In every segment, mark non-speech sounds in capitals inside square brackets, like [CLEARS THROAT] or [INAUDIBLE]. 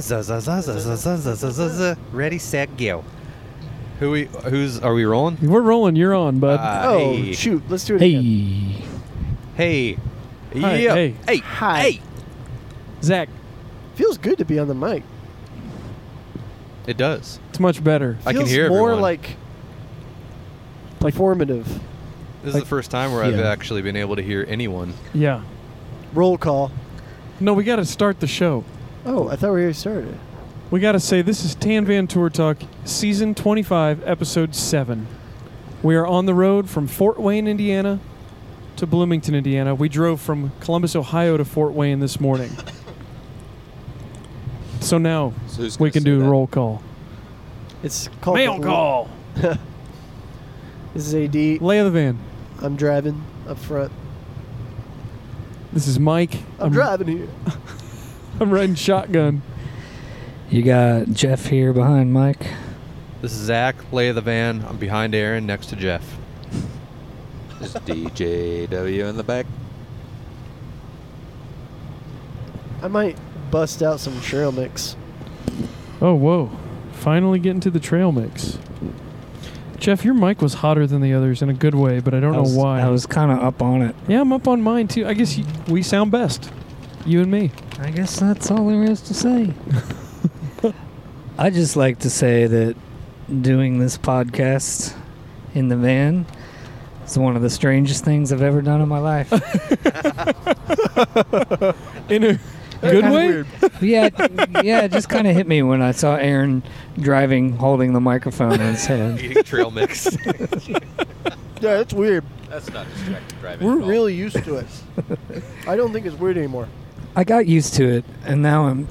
za za za za za za za za za za. Ready, set, go. Who we? Who's are we rolling? We're rolling. You're on, bud. Uh, Oh hey. shoot! Let's do it. again. hey, Hey. Hi, yeah. hey. Hey. Hi. Hey. Zach. feels good to be on the mic. It does. It's much better. I can Feels hear more everyone. like Like- performative. This is like- the first time where I've Yeah. actually been able to hear anyone. Yeah. Roll call. No, we got to start the show. Oh, I thought we already started. We got to say this is Tan Van Tour Talk, season 25, episode 7. We are on the road from Fort Wayne, Indiana to Bloomington, Indiana. We drove from Columbus, Ohio to Fort Wayne this [LAUGHS] morning. so now So who's we gonna can say do that? roll call. It's called Mail call. This is AD. Lay of the van. I'm driving up front. This is Mike. I'm, driving here. I'm riding shotgun. You got Jeff here behind Mike. This is Zach, lay of the van. I'm behind Aaron, next to Jeff. There's DJW in the back. I might bust out some [LAUGHS] trail mix. Oh, whoa. Finally getting to the trail mix. Jeff, your mic was hotter than the others in a good way, but I don't I was, know why. I was kind of up on it. Yeah, I'm up on mine too. I guess y we sound best, you and [LAUGHS] me. I guess that's all there is to say. I just like to say that doing this podcast in the van is one of the strangest things I've ever done in my life. [LAUGHS] In a good kinda way. weird. [LAUGHS] yeah, it- yeah, it just kind of hit me when I saw Aaron driving holding the microphone in his hand. Eating trail mix. Yeah, that's weird. That's not distracted driving. We're at all. really used to it. [LAUGHS] I don't think it's weird anymore. I got used to it, and now I'm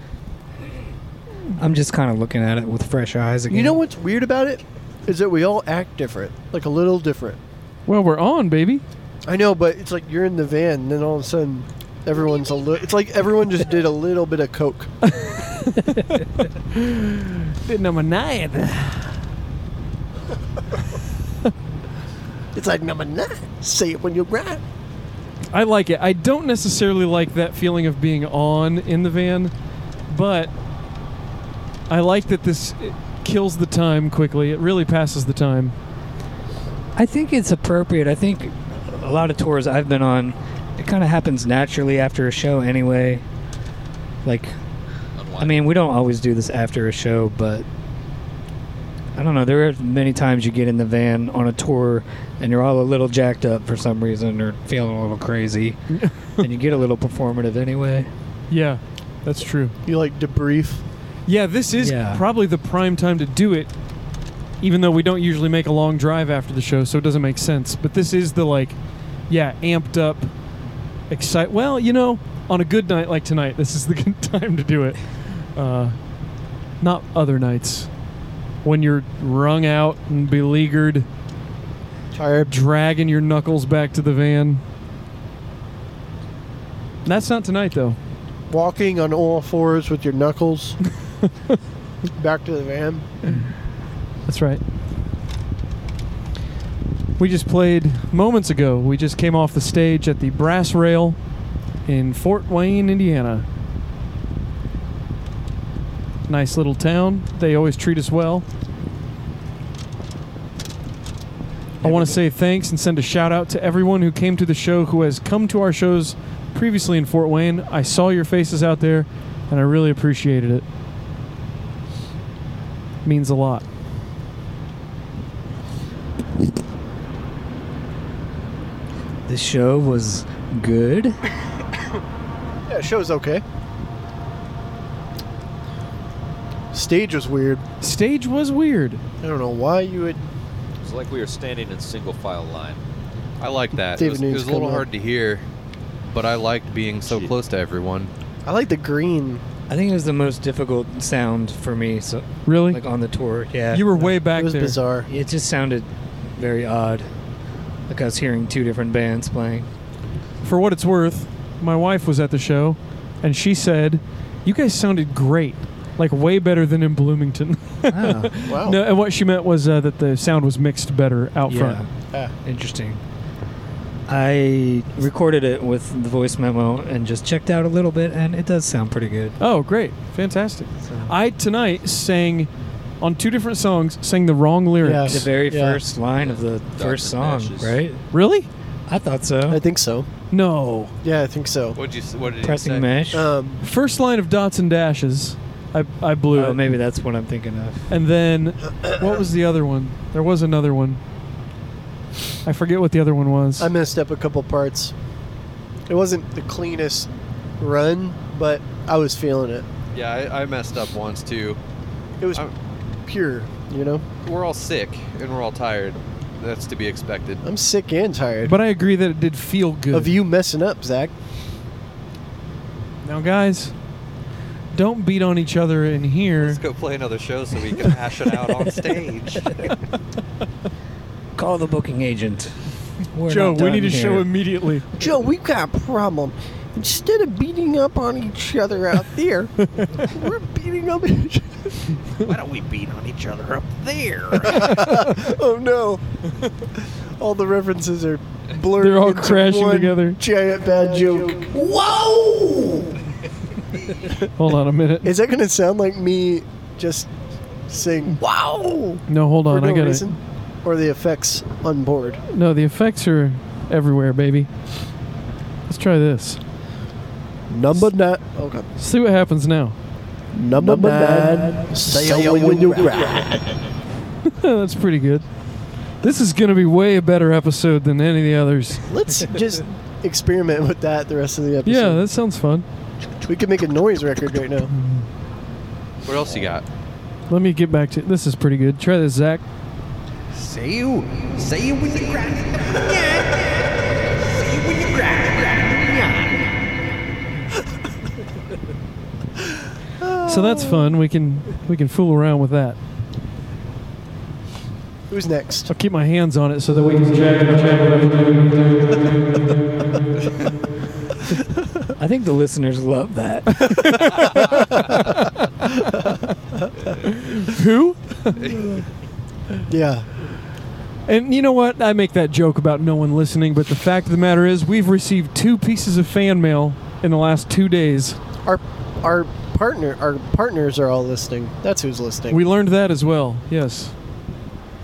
I'm just kind of looking at it with fresh eyes again. You know what's weird about it is that we all act different, like a little different. Well, we're on, baby. I know, but it's like you're in the van, and then all of a sudden, everyone's a little. It's like everyone just did a little bit [LAUGHS] of coke. Didn't have a night. It's like number nine. Say it when you're right. I like it. I don't necessarily like that feeling of being on in the van, but I like that this it kills the time quickly. It really passes the time. I think it's appropriate. I think a lot of tours I've been on, it kind of happens naturally after a show anyway. Like, I mean, we don't always do this after a show, but I don't know. There are many times you get in the van on a tour and you're all a little jacked up for some reason or feeling a little crazy, and you get a little performative anyway. Yeah, that's true. You like debrief. Yeah, this is Yeah. probably the prime time to do it, even though we don't usually make a long drive after the show, so it doesn't make sense. But this is the like, yeah, amped up, excite. Well, you know, on a good night like tonight, this is the [LAUGHS] good time to do it. Uh, not other nights when you're wrung out and beleaguered, Tired. dragging your knuckles back to the van. That's not tonight though. Walking on all fours with [LAUGHS] your knuckles. Back to the van. That's right. We just played moments ago. We just came off the stage at the Brass Rail in Fort Wayne, Indiana. Nice little town. They always treat us well. I want to say thanks and send a shout out to everyone who came to the show, who has come to our shows previously in Fort Wayne. I saw your faces out there, and I really appreciated it. Means a lot. This show was good. Yeah, show's okay. Stage was weird. Stage was weird. I don't know why you would. It's like we were standing in single file line. I like that. It David was, it Nunes was a little coming up. hard to hear, but I liked being so Shit. close to everyone. I like the green. I think it was the most difficult sound for me, so Really? like on the tour. Yeah, you were way back it was there. bizarre. It just sounded very odd. Like I was hearing two different bands playing. For what it's worth, my wife was at the show, and she said, "You guys sounded great, like way better than in Bloomington." [LAUGHS] Wow. Wow. no, and what she meant was uh, that the sound was mixed better out yeah. front. Ah. Interesting. I recorded it with the voice memo and just checked out a little bit, and it does sound pretty good. Oh, great. Fantastic. I tonight sang on two different songs, sang the wrong lyrics. The very Yeah. first line of the Dr. first song, Nash's- right? Really? I thought I Oh. so. think so. No. Yeah, I think so. What'd you? s- What did you Pressing say? mesh. Um, First line of dots and dashes. I, I blew uh, oh, it. maybe that's what I'm thinking of. And then, what was the other one? There was another one. I forget what the other one was. I messed up a couple parts. It wasn't the cleanest run, but I was feeling it. Yeah, I, I messed up once too. It was I'm- pure, you know. We're all sick and we're all tired. That's to be expected. I'm sick and tired but I agree that it did feel good. of you messing up, Zach. Now, guys, don't beat on each other in here. Let's go play another show so we can hash it out on stage. [LAUGHS] Call the booking agent. [LAUGHS] We're Joe, not we done need a here. show immediately. Joe, we've got a problem. Instead of beating up on each other out [LAUGHS] there, we're beating up each Why don't we beat on each other up there? [LAUGHS] Oh no. all the references are blurred. They're all into crashing one together. Giant bad joke. Whoa! [LAUGHS] Hold on a minute. Is that going to sound like me just saying wow No, hold for on. no I gotta. reason? Or the effects on board? No, the effects are everywhere, baby. Let's try this. Number nine. Okay. See what happens now. [LAUGHS] Number, nine. Sail when you ride. That's pretty good. This is going to be way a better episode than any of the others. [LAUGHS] Let's just experiment with that the rest of the episode. Yeah, that sounds fun. We could make a noise record right now. What else you got? Let me get back to this. Is pretty good. Try this, Zach. Say you. Say you with the crack. So that's fun. We can we can fool around with that. Who's next? I'll keep my hands on it so that we can check and check I think the listeners love [LAUGHS] that. who. Yeah. And you know what? I make that joke about no one listening, but the fact of the matter is, we've received two pieces of fan mail in the last two days. Our our partner our partners are all listening. That's who's listening. We learned that as well. Yes,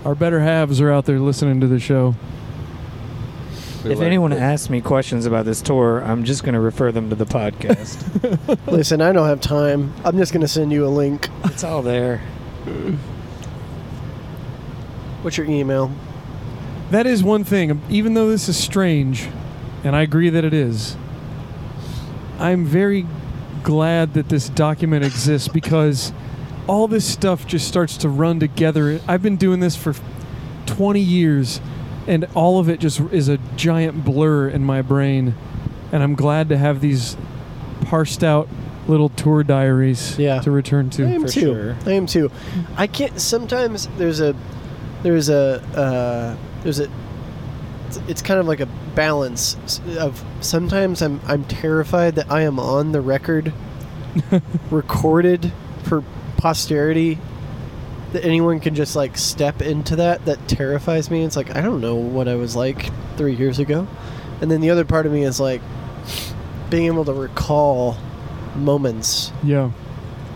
our better halves are out there listening to the show. if anyone asks me questions about this tour, I'm just going to refer them to the [LAUGHS] podcast. Listen, I don't have time. I'm just going to send you a link. it's all there. What's your email? That is one thing. Even though this is strange, and I agree that it is, I'm very glad that this document exists because all this stuff just starts to run together. I've been doing this for 20 years, and all of it just is a giant blur in my brain. And I'm glad to have these parsed out little tour diaries Yeah. to return I am to. for too. sure. I am too. I can't. Sometimes there's a there's a uh, there's a it's- it's kind of like a balance s- of sometimes I'm I'm terrified that I am on the [LAUGHS] record recorded for posterity that anyone can just like step into that that terrifies me it's like I don't know what I was like 3 years ago and then the other part of me is like being able to recall moments Yeah.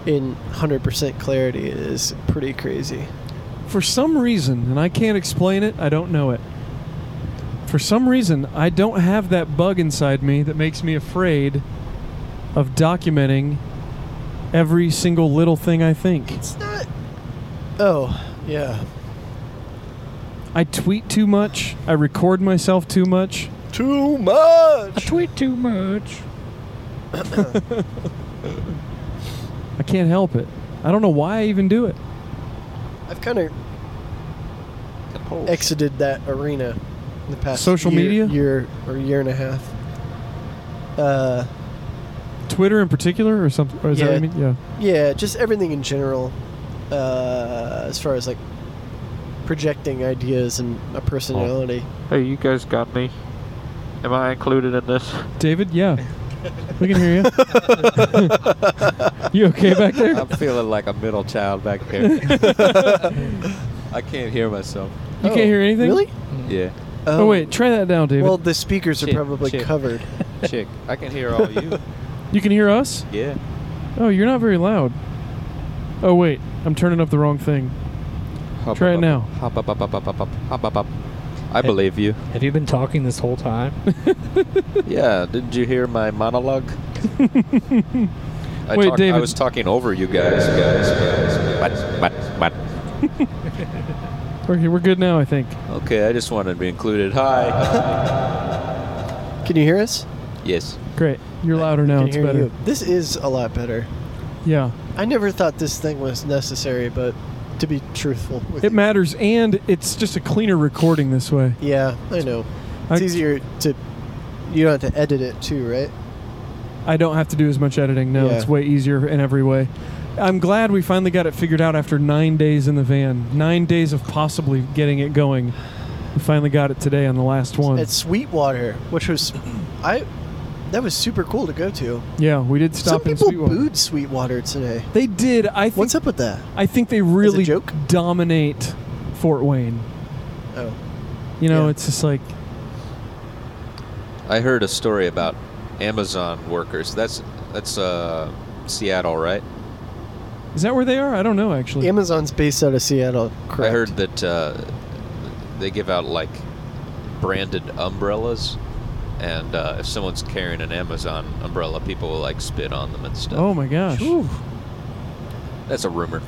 in 100% clarity is pretty crazy. For some reason, and I can't explain it, I don't know it. For some reason, I don't have that bug inside me that makes me afraid of documenting every single little thing I think. It's not. Oh, yeah. I tweet too much, I record myself too much. Too much! Tweet too much. I can't help it. I don't know why I even do it. I've kind of exited that arena in the past Social year, media? year or year and a half. Uh, Twitter in particular or something or is that what I Yeah. mean? Yeah. yeah, just everything in general, uh, as far as like projecting ideas and a personality. Oh. Hey, you guys got me. Am I included in this? David, yeah. We can [LAUGHS] hear you. you okay back there? I'm feeling like a middle child back [LAUGHS] there. I can't hear myself. You can't hear anything? Oh. Mm-hmm. Really? Um, Yeah. Oh, wait, try that now, David. Well, the speakers are Shit, probably shit. covered. Chick, I can hear all you. [LAUGHS] you can hear us. Yeah. Oh, you're not very loud. Oh wait, I'm turning up the wrong [LAUGHS] thing. Hop, Try it up, now. Hop up, up, up, up, up, up, hop up, up. I believe you. Have you been talking this whole [LAUGHS] time? Yeah. Didn't you hear [LAUGHS] my monologue? I Wait, talked- I David. was talking over you guys, guys, guys. guys. But, but, but. Okay, we're good now, I think. Okay, I just wanted to be included. Hi. [LAUGHS] Can you hear us? yes. Great. You're louder now. Can It's hear better. you. This is a lot better. Yeah. I never thought this thing was necessary, but to be truthful, with It you- matters, and it's just a cleaner recording this way. Yeah, I know. I- It's easier to. You don't have to edit it too, right? I don't have to do as much editing now. Yeah. It's way easier in every way. I'm glad we finally got it figured out after nine days in the van. Nine days of possibly getting it going. We finally got it today on the last one. At Sweetwater, which was, I, that was super cool to go to. yeah, we did stop Some in people Sweetwater. booed Sweetwater today. They did. I think. What's up with that? I think they really joke? dominate Fort Wayne. Oh, You know, Yeah. it's just like I heard a story about Amazon workers. That's that's uh, Seattle, right? Is that where they are? I don't know actually. Amazon's based out of Seattle. Correct. I heard that uh, they give out like branded umbrellas, and uh, if someone's carrying an Amazon umbrella, people will like spit on them and stuff. oh my gosh. That's a rumor,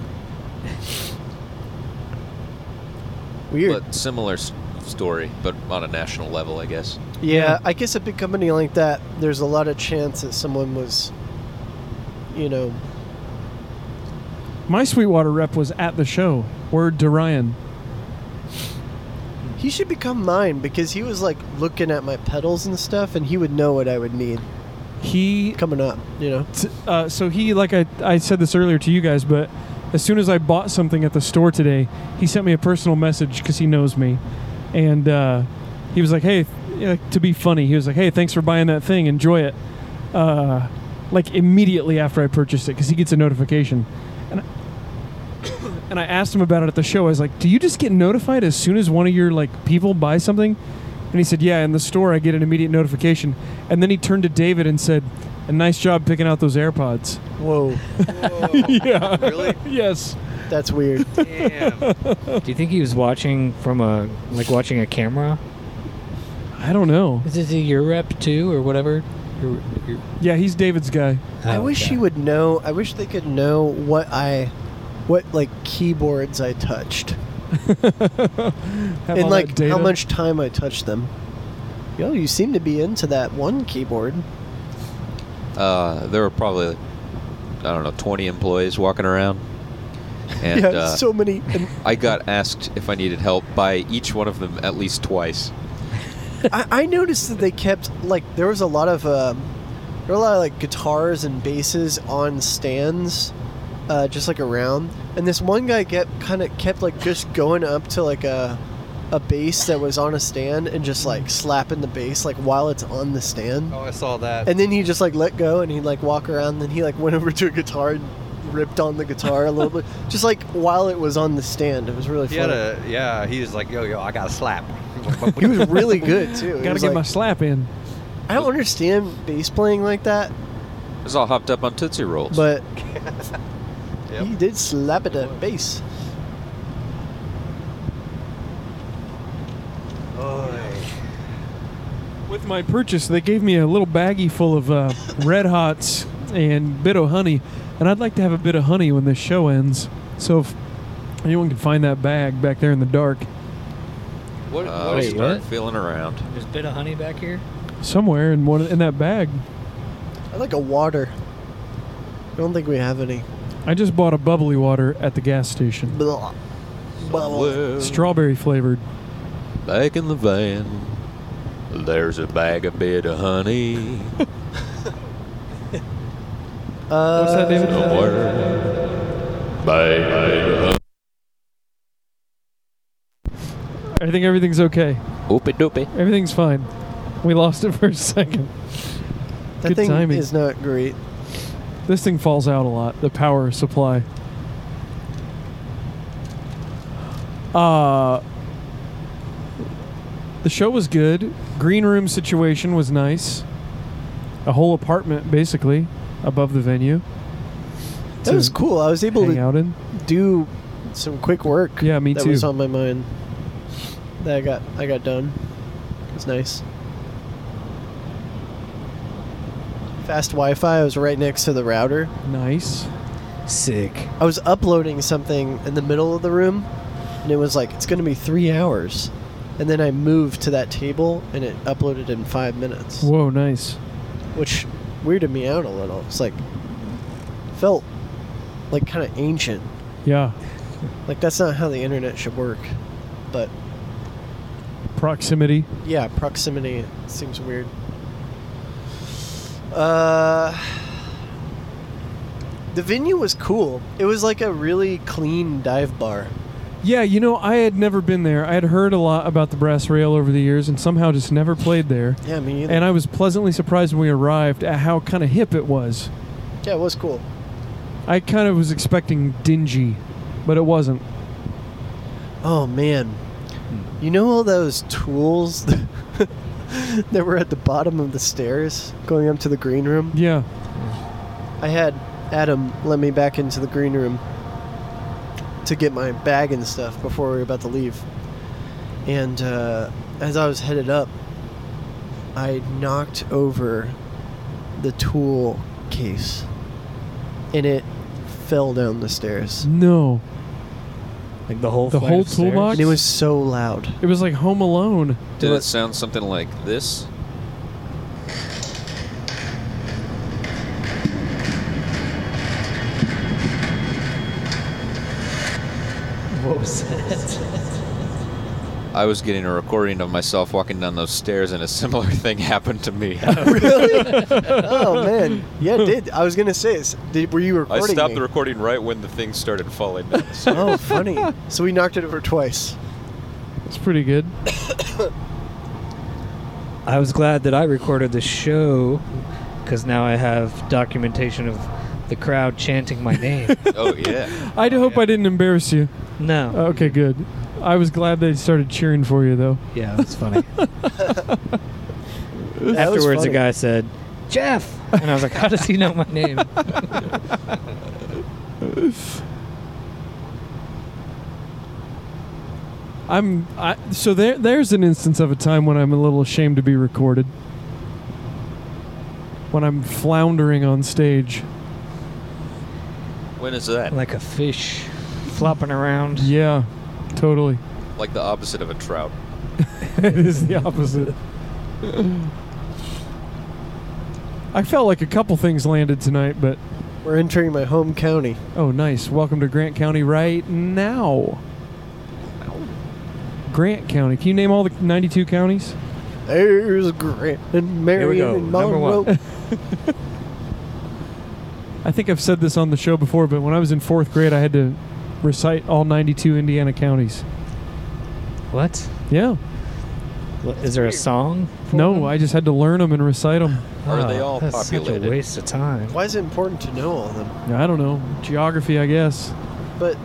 Weird. but similar s- story, but on a national level, I guess. Yeah, I guess a big company like that, there's a lot of chance that someone was, you know, My Sweetwater rep was at the show. Word to Ryan. he should become mine because he was like looking at my pedals and stuff, and he would know what I would need He coming up. You know, t- uh, so he like I, I said this earlier to you guys but as soon as i bought something at the store today he sent me a personal message because he knows me and uh, he was like hey yeah, to be funny he was like hey thanks for buying that thing enjoy it uh, like immediately after i purchased it because he gets a notification and I, [COUGHS] and I asked him about it at the show i was like do you just get notified as soon as one of your like people buy something and he said, Yeah, in the store, I get an immediate notification. And then he turned to David and said, "A Nice job picking out those AirPods. whoa, [LAUGHS] yeah. Really? yes. [LAUGHS] that's [LAUGHS] weird. Do you think he was watching from a like watching a camera? I don't know. Is this a your rep too or whatever? Your, your, Yeah, he's David's guy. [LAUGHS] I Oh, wish he would know. I wish they could know what I, what like keyboards I touched Have all and that like data. how much time I touched them. Yo, you seem to be into that one keyboard. Uh, there were probably I don't know 20 employees walking [LAUGHS] around, and yeah, uh, so many. And I got asked if I needed help by each one of them at least twice. I, I noticed that they kept like there was a lot of um, there were a lot of like guitars and basses on stands, uh, just like around. And this one guy kept kind of kept like just going up to like a a bass that was on a stand and just like slapping the bass like while it's on the stand. Oh, I saw that. And then he just like let go and he like walk around. Then he like [LAUGHS] went over to a guitar and ripped on the guitar a little bit, just like while it was on the stand. It was really he fun. had a, yeah, he was like, yo, yo, I got a slap. [LAUGHS] he was really good [LAUGHS] too. It Gotta was, get like- my slap in. I don't understand bass playing like that, I was all hopped up on Tootsie Rolls. [LAUGHS] but Yep. he did slap it at bass. With my purchase, they gave me a little baggie full of [LAUGHS] uh, Red Hots and bit of honey, and I'd like to have a bit of honey when this show ends. So if anyone can find that bag back there in the dark what, uh, wait, start what? feeling around. There's a bit of honey back here. somewhere in one in that bag, I like a water. I don't think we have any. I just bought a bubbly water at the gas station, Blah. Blah. Well, strawberry flavored. Back in the van, there's a bag of bit of honey. Uh, What's that, David? Somewhere. Bag of bit of honey. I think everything's okay. Oopie doopie. Everything's fine. We lost it [LAUGHS] for a second. that Good thing timing. is not great. This thing falls out a lot, the power supply. Uh the show was good. Green room situation was nice. A whole apartment basically above the venue. That to was cool. I was able Hang to out in. do some quick work. Yeah, me that too. was on my mind. That I got I got done. It was nice. Fast Wi-Fi. I was right next to the router. Nice. Sick. I was uploading something in the middle of the room, and it was like it's going to be three hours, and then I moved to that table, and it uploaded in five minutes, Whoa, nice. which weirded me out a little. It's like felt like kind of ancient. Yeah. Like that's not how the internet should work. But Proximity. yeah, proximity seems weird. Uh the venue was cool. It was like a really clean dive bar. Yeah, you know, I had never been there. I had heard a lot about the Brass Rail over the years and somehow just never played there. Yeah, me either. And I was pleasantly surprised when we arrived at how kind of hip it was. yeah, it was cool. I kind of was expecting dingy, but it wasn't. Oh man. You know all those tools [LAUGHS] that were at the bottom of the stairs going up to the green room? Yeah. I had Adam let me back into the green room to get my bag and stuff before we were about to leave. And uh, as I was headed up, I knocked over the tool case and it fell down the stairs. No. Like the whole The flight whole of stairs? toolbox? And it was so loud. It was like Home Alone. Did it sound something like this? What was that? I was getting a recording of myself walking down those stairs, and a similar [LAUGHS] thing happened to me. really? oh man. Yeah, it did. I was going to say this. Did, were you I recording? stopped me? the recording right when the thing started falling down. the stairs. Oh, funny. So we knocked it over twice. It's pretty good. I was glad that I recorded the show because now I have documentation of the crowd chanting my [LAUGHS] name. oh yeah. I do hope I didn't embarrass you. no. Okay, good. I was glad they started cheering for you, though. Yeah, that's [LAUGHS] funny. was Afterwards, a funny. guy said, Jeff! And I was like, how does he know my [LAUGHS] name? I'm I, so there. There's an instance of a time when I'm a little ashamed to be recorded. When I'm floundering on stage. When is that? like a fish flopping around. Yeah, totally. [LAUGHS] Like the opposite of a trout. it is the opposite. I felt like a couple things landed tonight, but We're entering my home county. oh, nice. Welcome to Grant County right now. Grant County. Can you name all the 92 counties? There's Grant and Marion go, and number Monroe. one. I think I've said this on the show before, but when I was in fourth grade, I had to recite all 92 Indiana counties. What? Yeah. What- Is there a song? for them? No, I just had to learn them and recite them. Are they Oh, all that's Such populated? a waste of time. Why is it important to know all of them? I don't know. Geography, I guess. But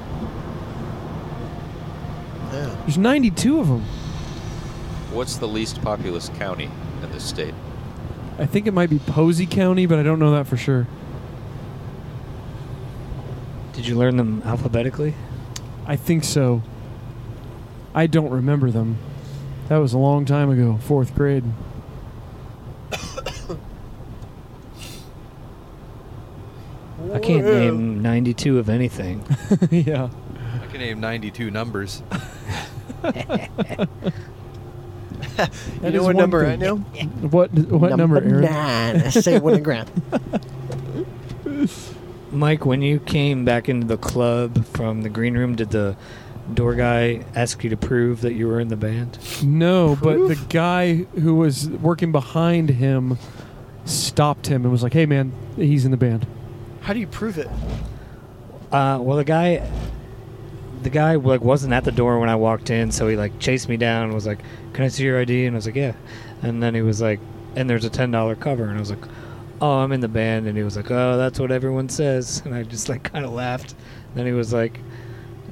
yeah, There's 92 of them. What's the least populous county in the state? I think it might be Posey County, but I don't know that for sure. Did you learn them alphabetically? I think so. I don't remember them. That was a long time ago, fourth grade. [LAUGHS] I can't name 92 of anything. yeah. I can name 92 numbers. you know what number I know? What what number, Aaron? Nine. I say one Grant. Mike, when you came back into the club from the green room, did the door guy ask you to prove that you were in the band? No, but the guy who was working behind him stopped him and was like, "Hey, man, he's in the band." How do you prove it? Uh, well, the guy, the guy like wasn't at the door when I walked in, so he like chased me down and was like, "Can I see your ID?" And I was like, "Yeah," and then he was like, "And there's a ten dollar cover," and I was like, "Oh, I'm in the band," and he was like, "Oh, that's what everyone says," and I just like kind of laughed. Then he was like,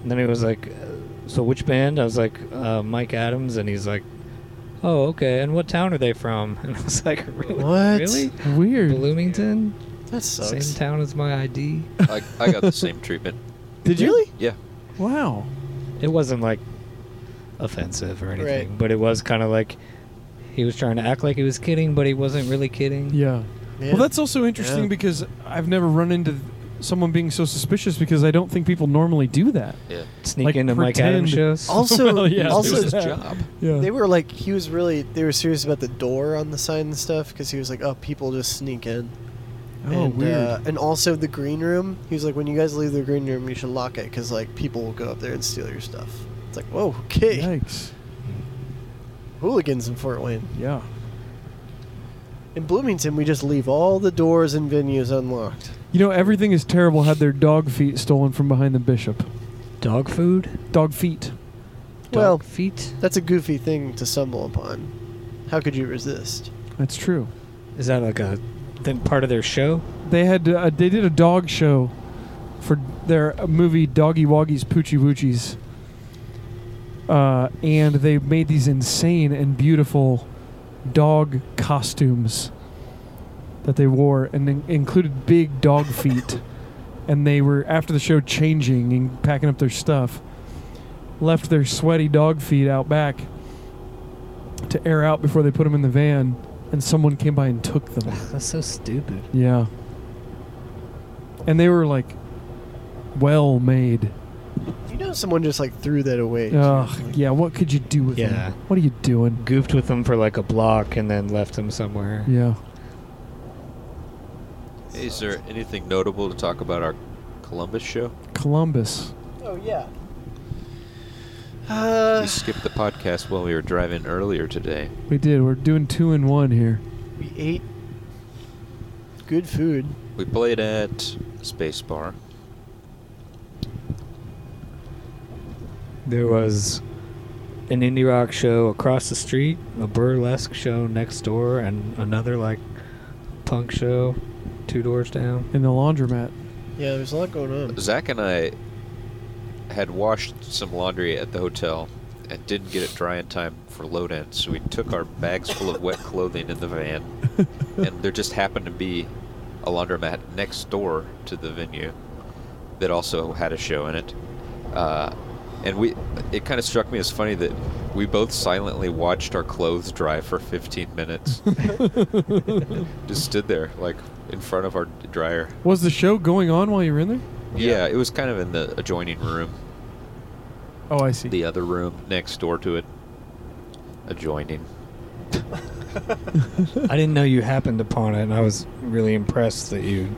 then he was like, "So which band?" I was like, uh, "Mike Adams," and he's like, oh, okay. And what town are they from? [LAUGHS] And I was like, really? What? Really? Weird. Bloomington? That sucks. Same town as my ID. I, [LAUGHS] I got the same treatment. Did you? really? Yeah. Wow. It wasn't like offensive or anything, but it was kind of like he was trying to act like he was kidding, but he wasn't really kidding. Yeah. Well, that's also interesting Yeah. because I've never run into someone being so suspicious because I don't think people normally do that. Yeah. Sneak Like, into Mike pretend- Adams shows. Also, Well, [LAUGHS] yeah. He was also doing his that- job. Yeah. They were like, he was really, they were serious about the door on the sign and stuff because he was like, oh, people just sneak in. oh, and, weird. Uh, and also the green room. He was like, when you guys leave the green room, you should lock it because like people will go up there and steal your stuff. It's like, whoa, okay, Yikes. hooligans in Fort Wayne. Yeah. In Bloomington, we just leave all the doors and venues unlocked. You know, everything is terrible had their dog feet stolen from behind the bishop. Dog food? Dog feet. Dog Well- feet? That's a goofy thing to stumble upon. How could you resist? That's true. Is that like a thing, part of their show? They had uh, they did a dog show for their movie Doggy Woggies Poochie Woochies. Uh, and they made these insane and beautiful dog costumes that they wore and in- included big dog feet. and they were, after the show, changing and packing up their stuff. Left their sweaty dog feet out back to air out before they put them in the van. And someone came by and took them. [SIGHS] That's so stupid. Yeah. And they were like well made. You know, someone just like threw that away. too. Ugh, yeah, what could you do with Yeah. them? What are you doing? Goofed with them for like a block and then left them somewhere. Yeah. Is there anything notable to talk about our Columbus show? Columbus. Oh yeah. Uh, We skipped the podcast while we were driving earlier today. We did. We're doing two in one here. we ate good food. We played at Space Bar. There was an indie rock show across the street, a burlesque show next door, and another like punk show two doors down. In the laundromat. Yeah, there's a lot going on. Zach and I had washed some laundry at the hotel and didn't get it dry in time for load in, so we took our bags full of wet clothing in the van, and there just happened to be a laundromat next door to the venue that also had a show in it. Uh, and we, it kind of struck me as funny that we both silently watched our clothes dry for 15 minutes. just stood there, like in front of our dryer. Was the show going on while you were in there? Yeah, it was kind of in the adjoining room, Oh, I see. the other room next door to it. Adjoining. I didn't know you happened upon it, and I was really impressed that you,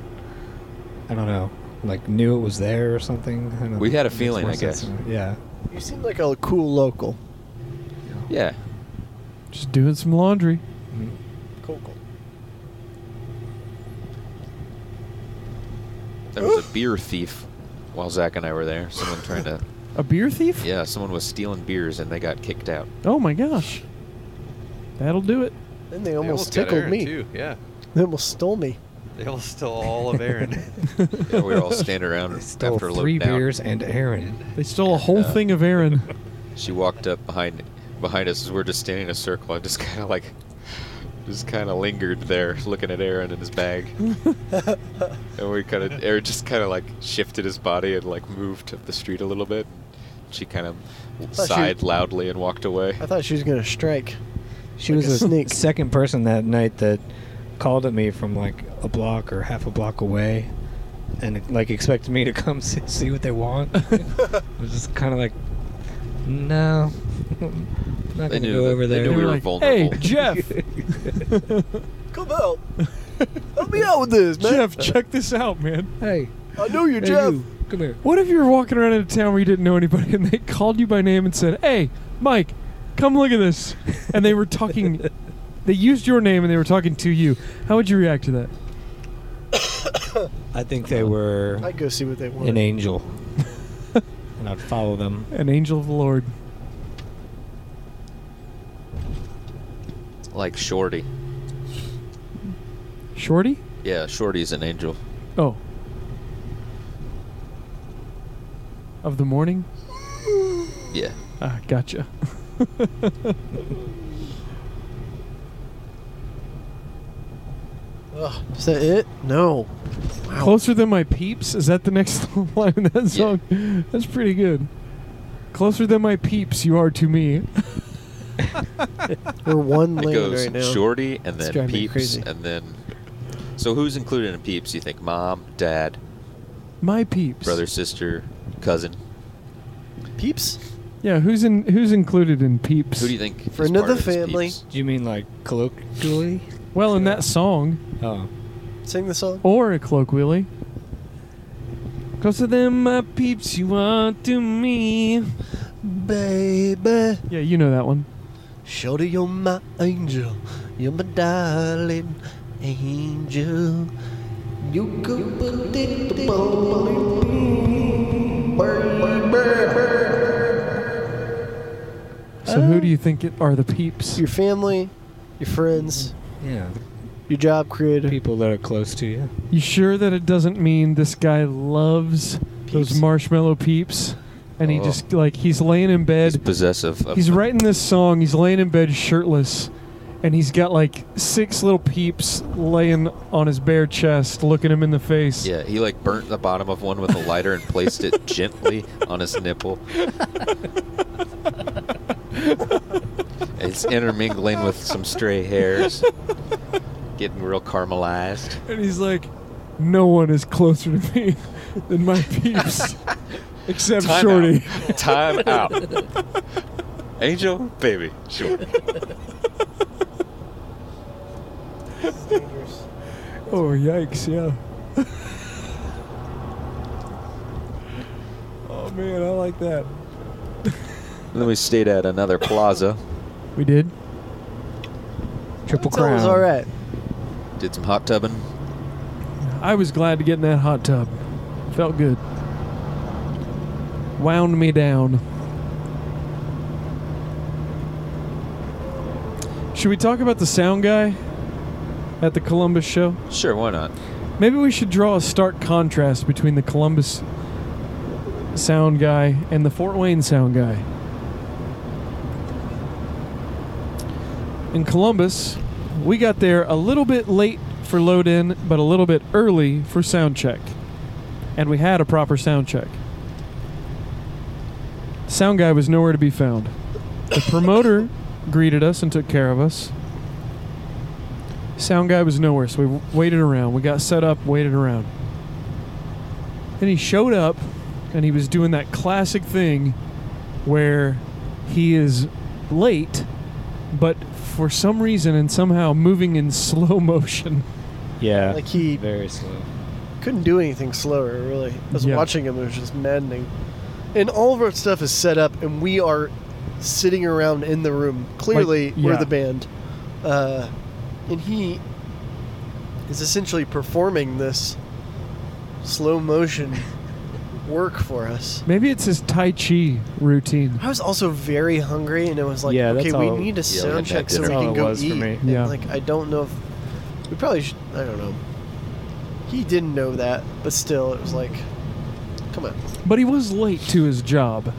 I don't know, like knew it was there or something. I don't We know. had a Makes feeling, more I sense guess. than- Yeah. You seem like a cool local. Yeah. Just doing some laundry. Cool, cool. There was a beer thief while Zach and I were there. Someone [LAUGHS] trying to. A beer thief? Yeah, someone was stealing beers and they got kicked out. Oh my gosh. That'll do it. And they almost, tickled me. Yeah. They almost stole me. They almost stole all of [LAUGHS] Aaron. Yeah, we were [LAUGHS] all standing around They stole after three load down. beers and Aaron. They stole a whole thing of [LAUGHS] Aaron. She walked up behind behind us as we are just standing in a circle and just [LAUGHS] kind of like, just kind of lingered there looking at Aaron in his bag. [LAUGHS] and we kind of, Aaron just kind of like shifted his body and like moved up the street a little bit. She kind of she- sighed loudly and walked away. I thought she was gonna strike. She Like was a the sneak. second person that night that called at me from like a block or half a block away, and like expected me to come see, see what they [LAUGHS] want. I was just kind of like, no, [LAUGHS] I'm not gonna They knew go that- over they there. knew They we were like, vulnerable. Hey, Jeff. [LAUGHS] Come out. Help me out with this, man. Jeff, check this out, man. hey, I know you're hey, Jeff. you, [LAUGHS] come here. What if you were walking around in a town where you didn't know anybody and they called you by name and said, Hey, Mike, come look at this? And they were [LAUGHS] talking, they used your name and they were talking to you. How would you react to that? I think Uh-huh. they were I'd go see what they want. an angel, [LAUGHS] and I'd follow them. An angel of the Lord. Like Shorty. Shorty? Yeah, Shorty's an angel. Oh. Of the morning? Yeah. Ah, gotcha. Ugh, is that it? No. Wow. Closer than my peeps. Is that the next [LAUGHS] line in that song? That's pretty good. Closer than my peeps, you are to me. We're one It lane goes right now. Shorty and It's then driving me Peeps crazy. and then. So who's included in Peeps? You think mom, dad, My peeps. brother, sister, cousin? Peeps. Yeah, who's in who's included in peeps? Who do you think? Friend is of part the this family. Peeps? Do you mean like colloquially? well, in that song Oh. Sing the song. or a colloquially. Closer than my peeps, you are to me. Baby, Yeah, you know that one. Shorty, you're my angel. You're my darling angel. You could put it to So who do you think it are the peeps? Your family, your friends, Yeah. your job creator. People that are close to you. You sure that it doesn't mean this guy loves those Peeps. marshmallow peeps? And he Oh. just like he's laying in bed. He's possessive. Of He's them. writing this song. He's laying in bed shirtless, and he's got like six little peeps laying on his bare chest, looking him in the face. Yeah, he like burnt the bottom of one with a lighter and [LAUGHS] placed it gently on his nipple. it's intermingling with some stray hairs, getting real caramelized. And he's like, "No one is closer to me [LAUGHS] than my peeps, [LAUGHS] except Time Shorty." out. Time out. Angel, baby, sure. [LAUGHS] Oh yikes! Yeah. [LAUGHS] oh man, I like that. Then we stayed at another plaza, We did. Triple It's always crown. all right. did some hot tubbing. I was glad to get in that hot tub. Felt good. Wound me down. Should we talk about the sound guy at the Columbus show? Sure, why not? Maybe we should draw a stark contrast between the Columbus sound guy and the Fort Wayne sound guy. In Columbus, we got there a little bit late for load in, but a little bit early for sound check. And we had a proper sound check. Sound guy was nowhere to be found. The promoter greeted us and took care of us. Sound guy was nowhere, so we w- waited around. We got set up, waited around. Then he showed up, and he was doing that classic thing where he is late, but for some reason and somehow moving in [LAUGHS] slow motion. Yeah. Like he very slow. couldn't do anything slower, really. I was Yeah. watching him; it was just maddening. And all of our stuff is set up, and we are sitting around in the room. Clearly, we're yeah. the band, uh, and he is essentially performing this [LAUGHS] slow motion work for us. Maybe it's his Tai Chi routine. I was also very hungry, and it was like, Yeah, that's okay, we all- need a Yeah, we sound had check that so we dinner. That's all can it go was for eat. me. And, Yeah. like I don't know if we probably should. I don't know. He didn't know that, but still, it was like, come on, But he was late to his job.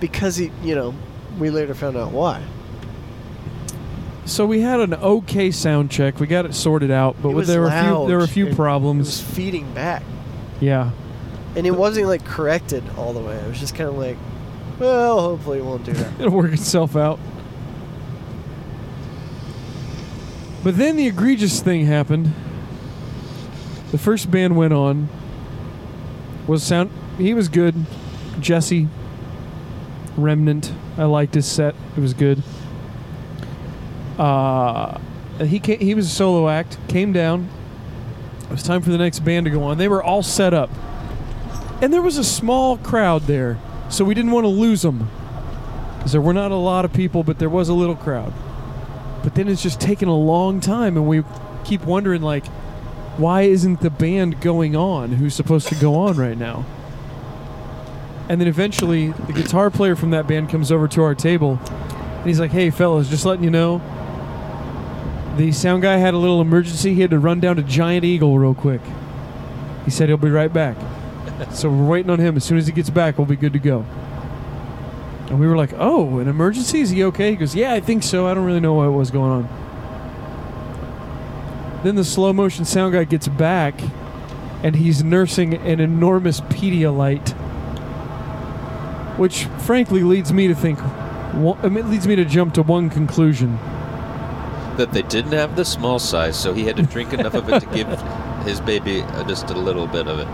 because he, you know, we later found out why. So we had an okay sound check. We got it sorted out, It but was there were a few loud there were a few and It was problems. feeding back, Yeah. and it wasn't like corrected all the way. It was just kind of like, well, hopefully it won't do [LAUGHS] that. It'll work itself out. But then the egregious thing happened. The first band went on. Was sound he was good. Jesse Remnant. I liked his set. It was good. Uh he ca he was a solo act. Came down. It was time for the next band to go on. They were all set up. And there was a small crowd there, so we didn't want to lose them. Because there were not a lot of people, but there was a little crowd. But then it's just taken a long time, and we keep wondering, like, why isn't the band going on who's supposed to go on right now? And then eventually, the guitar player from that band comes over to our table, and he's like, hey, fellas, just letting you know, the sound guy had a little emergency. He had to run down to Giant Eagle real quick. He said he'll be right back. so we're waiting on him. As soon as he gets back, we'll be good to go. And we were like, oh, an emergency? Is he okay? He goes, yeah, I think so. I don't really know what was going on. Then the slow motion sound guy gets back and he's nursing an enormous Pedialyte. Which frankly leads me to think, one, I mean, it leads me to jump to one conclusion. That they didn't have the small size, so he had to drink enough of it to give his baby uh, just a little bit of it.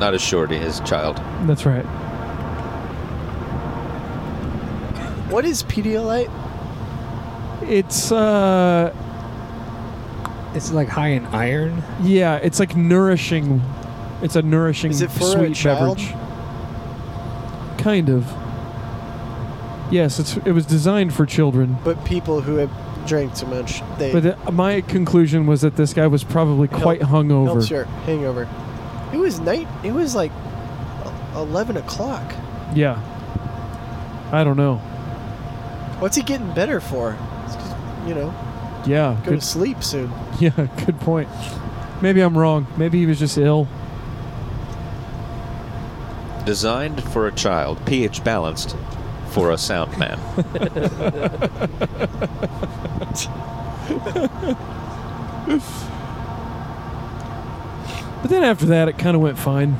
Not a shorty, his child. That's right. What is Pedialyte? It's, uh, It's like high in iron. yeah, it's like nourishing. It's a nourishing, Is it for a sweet child? beverage. Kind of. Yes, it's, it was designed for children. But people who have drank too much, they But uh, my conclusion was that this guy was probably quite hungover. helps your hangover. It was night. It was like e, eleven o'clock. Yeah. I don't know. What's he getting better for? It's 'cause, you know, Yeah. go Good, to sleep soon. [LAUGHS] yeah. Good point. Maybe I'm wrong. Maybe he was just ill. Designed for a child, pH balanced for a sound man. But then after that, it kind of went fine.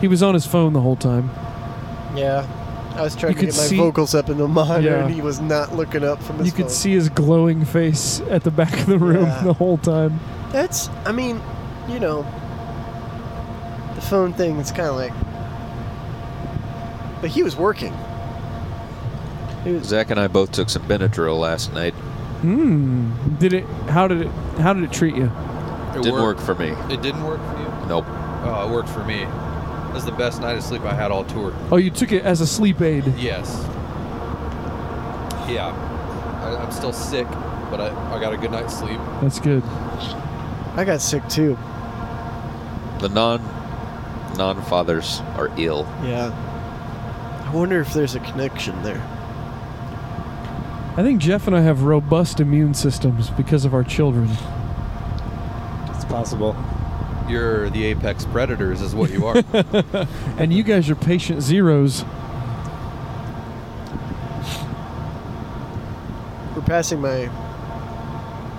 He was on his phone the whole time. Yeah. I was trying You to could get my see- vocals up in the monitor, Yeah. and he was not looking up from his You could phone. see his glowing face at the back of the room Yeah. the whole time. That's, I mean, you know, the phone thing is kind of like. But he was working. He was. Zach and I both took some Benadryl last night. Hmm. Did it? How did it? How did it treat you? It Didn't work worked. for me. It didn't work for you. Nope. Oh, it worked for me. That was the best night of sleep I had all tour. Oh, you took it as a sleep aid. Yes. Yeah. I, I'm still sick, but I, I got a good night's sleep. That's good. I got sick too. The non non fathers are ill. Yeah. I wonder if there's a connection there. I think Jeff and I have robust immune systems because of our children. It's possible. You're the apex predators, is what you [LAUGHS] are. And you guys are patient zeros. We're passing my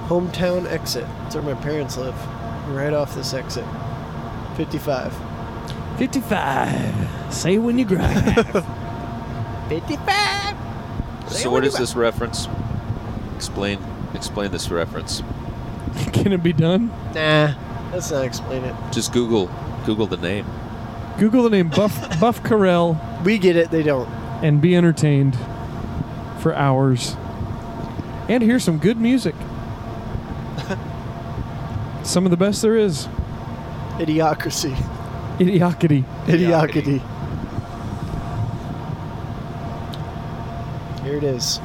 hometown exit. It's where my parents live. Right off this exit. 55. 55. Say when you drive. 55! So what is this reference? Explain explain this reference. [LAUGHS] Can it be done? Nah, let's not explain it. Just Google Google the name. Google the name Buff Buff Carell We get it, they don't. and be entertained for hours. And hear some good music. some of the best there is. Idiocracy. Idiocity. Idiocity. Here it is.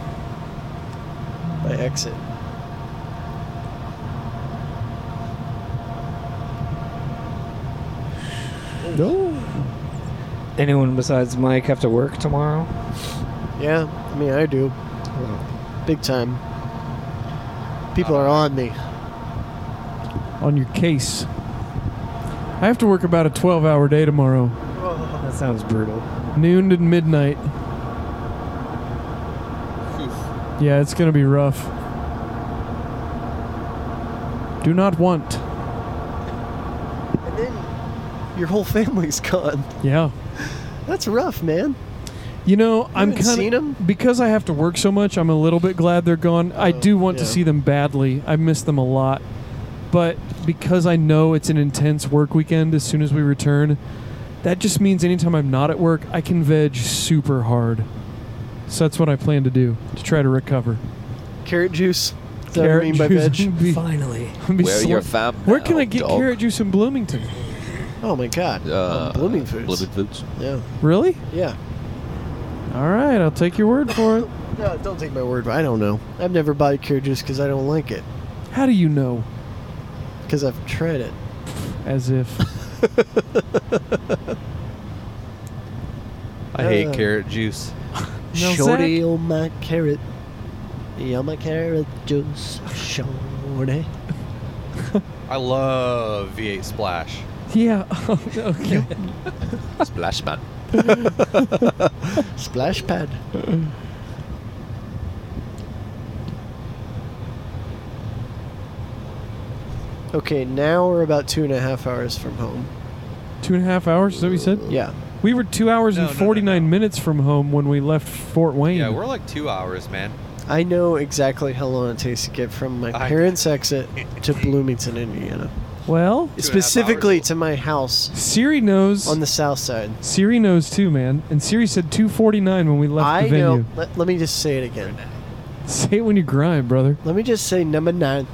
My exit. Anyone besides Mike have to work tomorrow? Yeah, I mean, I do. Big time. People are on me. On your case. I have to work about a 12 hour day tomorrow, That sounds brutal. noon to midnight. Yeah, it's going to be rough. Do not want. And then your whole family's gone. Yeah. That's rough, man. You know, I'm haven't kind seen 'em? of because I have to work so much. I'm a little bit glad they're gone. I Oh, do want to yeah. see them badly. I miss them a lot, but because I know it's an intense work weekend, as soon as we return, that just means anytime I'm not at work, I can veg super hard. So that's what I plan to do to try to recover. [LAUGHS] Carrot juice. Is that what you mean by juice veg? would be- [LAUGHS] Finally. would be Where sli- you're from Where can now, I get Oh, dog. carrot juice in Bloomington? [LAUGHS] Oh my god. Uh, Um, blooming foods. Blooming Foods. Yeah. Really? Yeah. All right, I'll take your word for it. No, don't take my word. but I don't know. I've never bought carrot juice because I don't like it. How do you know? Because I've tried it. As if. [LAUGHS] I hate Uh. carrot juice. Now, Shorty Zach- on my carrot. Yeah, my carrot juice. Shorty. I love V8 Splash. Yeah. [LAUGHS] okay. Splash Man. Splash pad. Okay, now we're about two and a half hours from home. Two and a half hours, is that what you said? Yeah. We were two hours No, and no, no, 49 no. minutes from home when we left Fort Wayne. Yeah, we're like two hours, man. I know exactly how long it takes to get from my I- [LAUGHS] parents' exit to Bloomington, Indiana. well, hours. Specifically to my house Siri knows. on the south side. Siri knows too, man. And Siri said 2:49 when we left I the venue. know. Let, let me just say it again. [LAUGHS] Say it when you grind, brother. Let me just say number nine.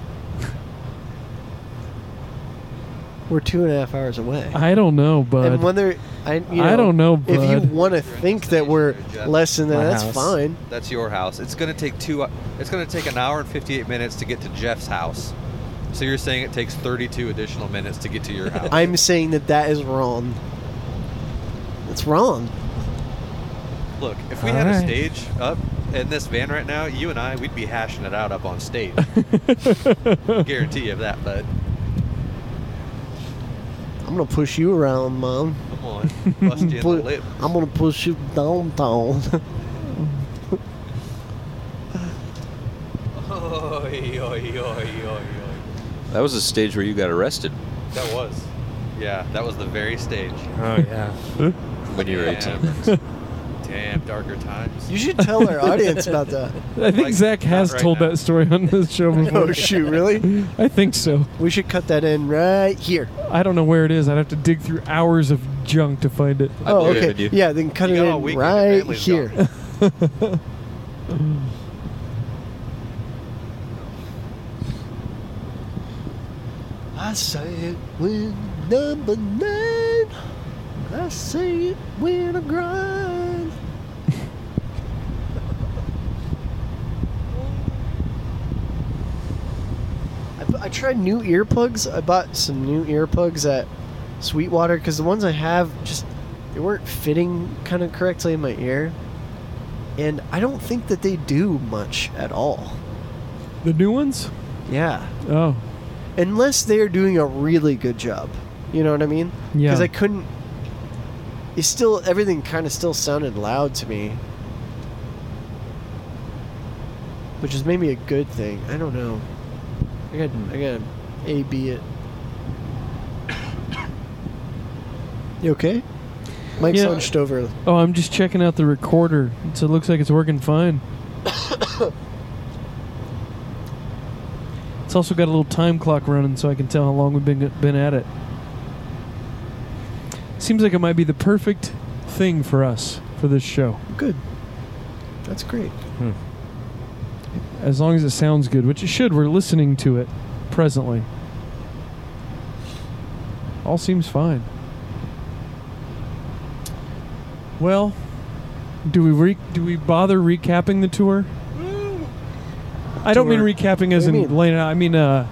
[LAUGHS] We're two and a half hours away. I don't know, [LAUGHS] and but whether I, you know, I don't know, if you bud. want to think that we're less than that, My that's house. fine. That's your house. It's gonna take two. It's gonna take an hour and fifty-eight minutes to get to Jeff's house. So you're saying it takes thirty-two additional minutes to get to your house? I'm saying that that is wrong. It's wrong. Look, if we All had a right. stage up in this van right now, you and I, we'd be hashing it out up on stage. Guarantee you of that, bud. I'm gonna push you around, mom. Come on, bust you in the Pu- lip. I'm gonna push you downtown. Oy, oy, oy, oy, oy. That was the stage where you got arrested That was, yeah, that was the very stage. Oh yeah. when you were 18. Damn, damn darker times. [LAUGHS] you should tell our audience about that. I think like, Zach not has right told now. that story on [LAUGHS] this show before. [LAUGHS] Oh shoot, really? I think so. We should cut that in right here. I don't know where it is. I'd have to dig through hours of junk to find it. [LAUGHS] I oh, believe okay. in you. Yeah, then cut You it got all in weekend, your right family's here. gone. I say it when number nine. I say it when I grind. I, bu- I tried new earplugs. I bought some new earplugs at Sweetwater because the ones I have just they weren't fitting kind of correctly in my ear, and I don't think that they do much at all. The new ones? Yeah Oh, unless they're doing a really good job. You know what I mean? Yeah. Because I couldn't. It still everything kind of still sounded loud to me, which is maybe a good thing. I don't know. I got I got A B it. You okay? Mike's Yeah. hunched over. oh! I'm just checking out the recorder. So it looks like it's working fine. it's also got a little time clock running, so I can tell how long we've been been at it. Seems like it might be the perfect thing for us for this show, Good. That's great. as long as it sounds good, which it should. We're listening to it presently. All seems fine. Well, do we re- do we bother recapping the tour? I don't mean Tour. recapping as What in do you mean? laying it out. I mean uh,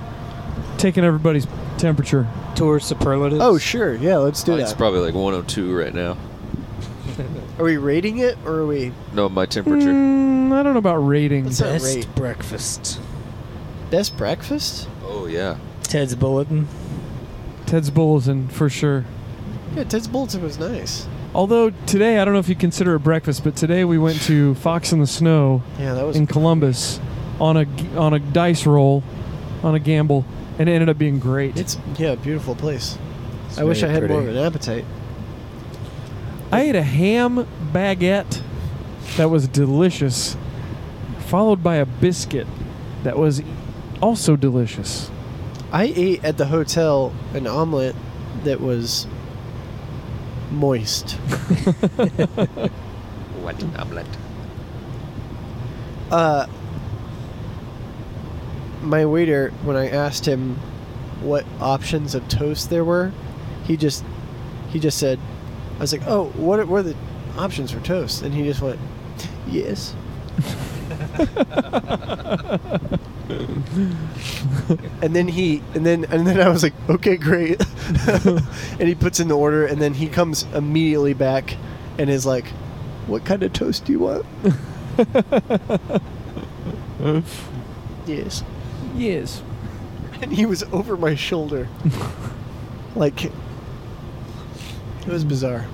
taking everybody's temperature. Tour superlatives. Oh sure, yeah. Let's do It's that. probably like 102 right now. are we rating it or are we? No, my temperature. Mm, I don't know about ratings. Let's- Best Great. breakfast. Best breakfast? Oh yeah. Ted's bulletin. Ted's Bulletin for sure. Yeah, Ted's bulletin was nice. Although today, I don't know if you consider it breakfast, but today we went to Fox in the Snow Yeah, that was in Columbus on a g- on a dice roll, on a gamble, and it ended up being great. It's yeah, a beautiful place. It's I wish I very had more of pretty. an appetite. I ate a ham baguette that was delicious, followed by a biscuit that was also delicious. I ate at the hotel an omelet that was moist. What an omelet. Uh, my waiter, when I asked him what options of toast there were, he just he just said, "I was like, oh, what are, what are the options for toast?" And he just went, "Yes." [LAUGHS] and then he and then and then I was like, "Okay, great." [LAUGHS] and he puts in the order, and then he comes immediately back and is like, "What kind of toast do you want?" Yes. Yes. And he was over my [LAUGHS] shoulder. like, it was bizarre.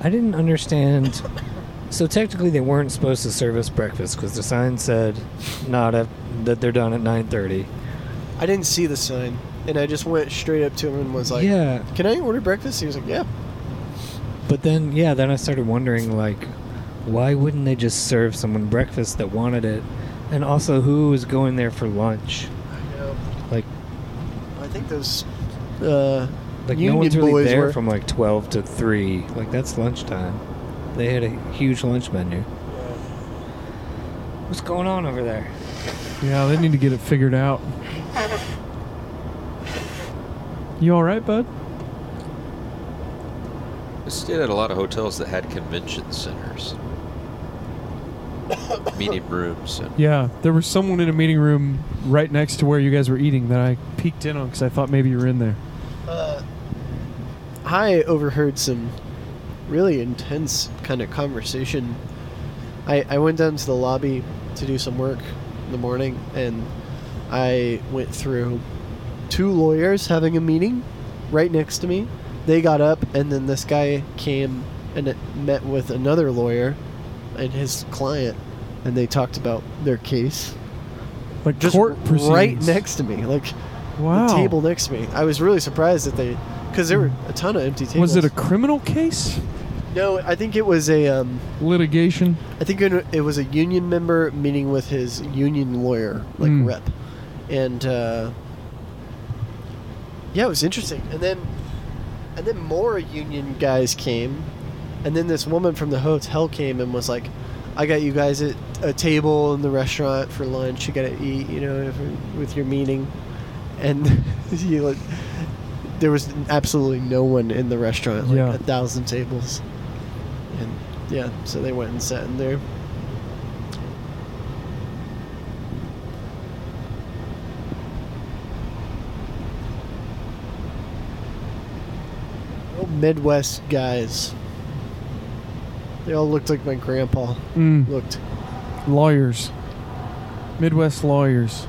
I didn't understand. So technically, they weren't supposed to serve us breakfast because the sign said not at, that they're done at 9:30. I didn't see the sign. and I just went straight up to him and was like, yeah, "Can I order breakfast?" He was like, "Yeah." but then yeah, then I started wondering like, why wouldn't they just serve someone breakfast that wanted it, and also who was going there for lunch? Like, I think those uh, like union no one's really boys there were. from like twelve to three. Like that's lunchtime. They had a huge lunch menu. What's going on over there? Yeah, they need to get it figured out. You all right, bud? I stayed at a lot of hotels that had [COUGHS] convention centers, meeting rooms, and Yeah, there was someone in a meeting room right next to where you guys were eating that I peeked in on because I thought maybe you were in there. Uh, I overheard some really intense kind of conversation. I, I went down to the lobby to do some work in the morning, and I went through two lawyers having a meeting right next to me. They got up, and then this guy came and met with another lawyer and his client, and they talked about their case. Like Just court proceedings. right next to me, like wow. the table next to me. I was really surprised that they, because there were a ton of empty tables. Was it a criminal case? No, I think it was a. Um, Litigation? I think it it was a union member meeting with his union lawyer, like Mm. rep, and uh, yeah, it was interesting. And then, and then more union guys came, and then this woman from the hotel came and was like, "I got you guys at a table in the restaurant for lunch. You got to eat, you know, if- with your meeting." And [LAUGHS] you like, there was absolutely no one in the restaurant, like Yeah. a thousand tables, and yeah, so they went and sat in there. Old Midwest guys. They all looked like my grandpa Mm. looked. Lawyers. Midwest lawyers.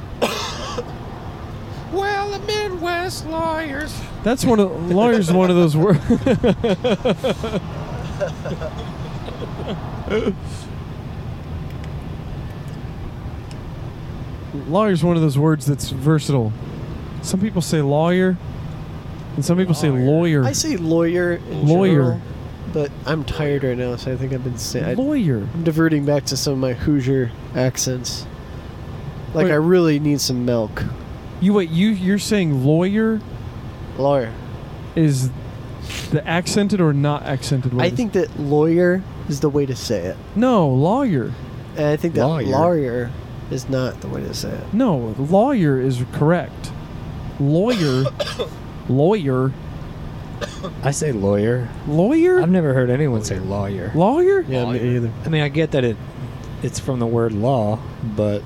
well, the Midwest lawyers. That's one of lawyers. One of those words. [LAUGHS] lawyers one of those words that's versatile. Some people say lawyer, and some people say lawyer. I say lawyer. in Lawyer. general, but I'm tired right now, so I think I've been saying. lawyer. I'm diverting back to some of my Hoosier accents. Like Wait. I really need some milk. You wait. You you're saying lawyer Lawyer. is the accented or not accented way? I to- think that lawyer is the way to say it, no lawyer. and I think that Lawyer. lawyer is not the way to say it. [LAUGHS] No lawyer is correct. [COUGHS] Lawyer, lawyer, I say lawyer. lawyer, I've never heard anyone say lawyer. lawyer. Yeah, me either. I mean, I get that it it's from the word law, but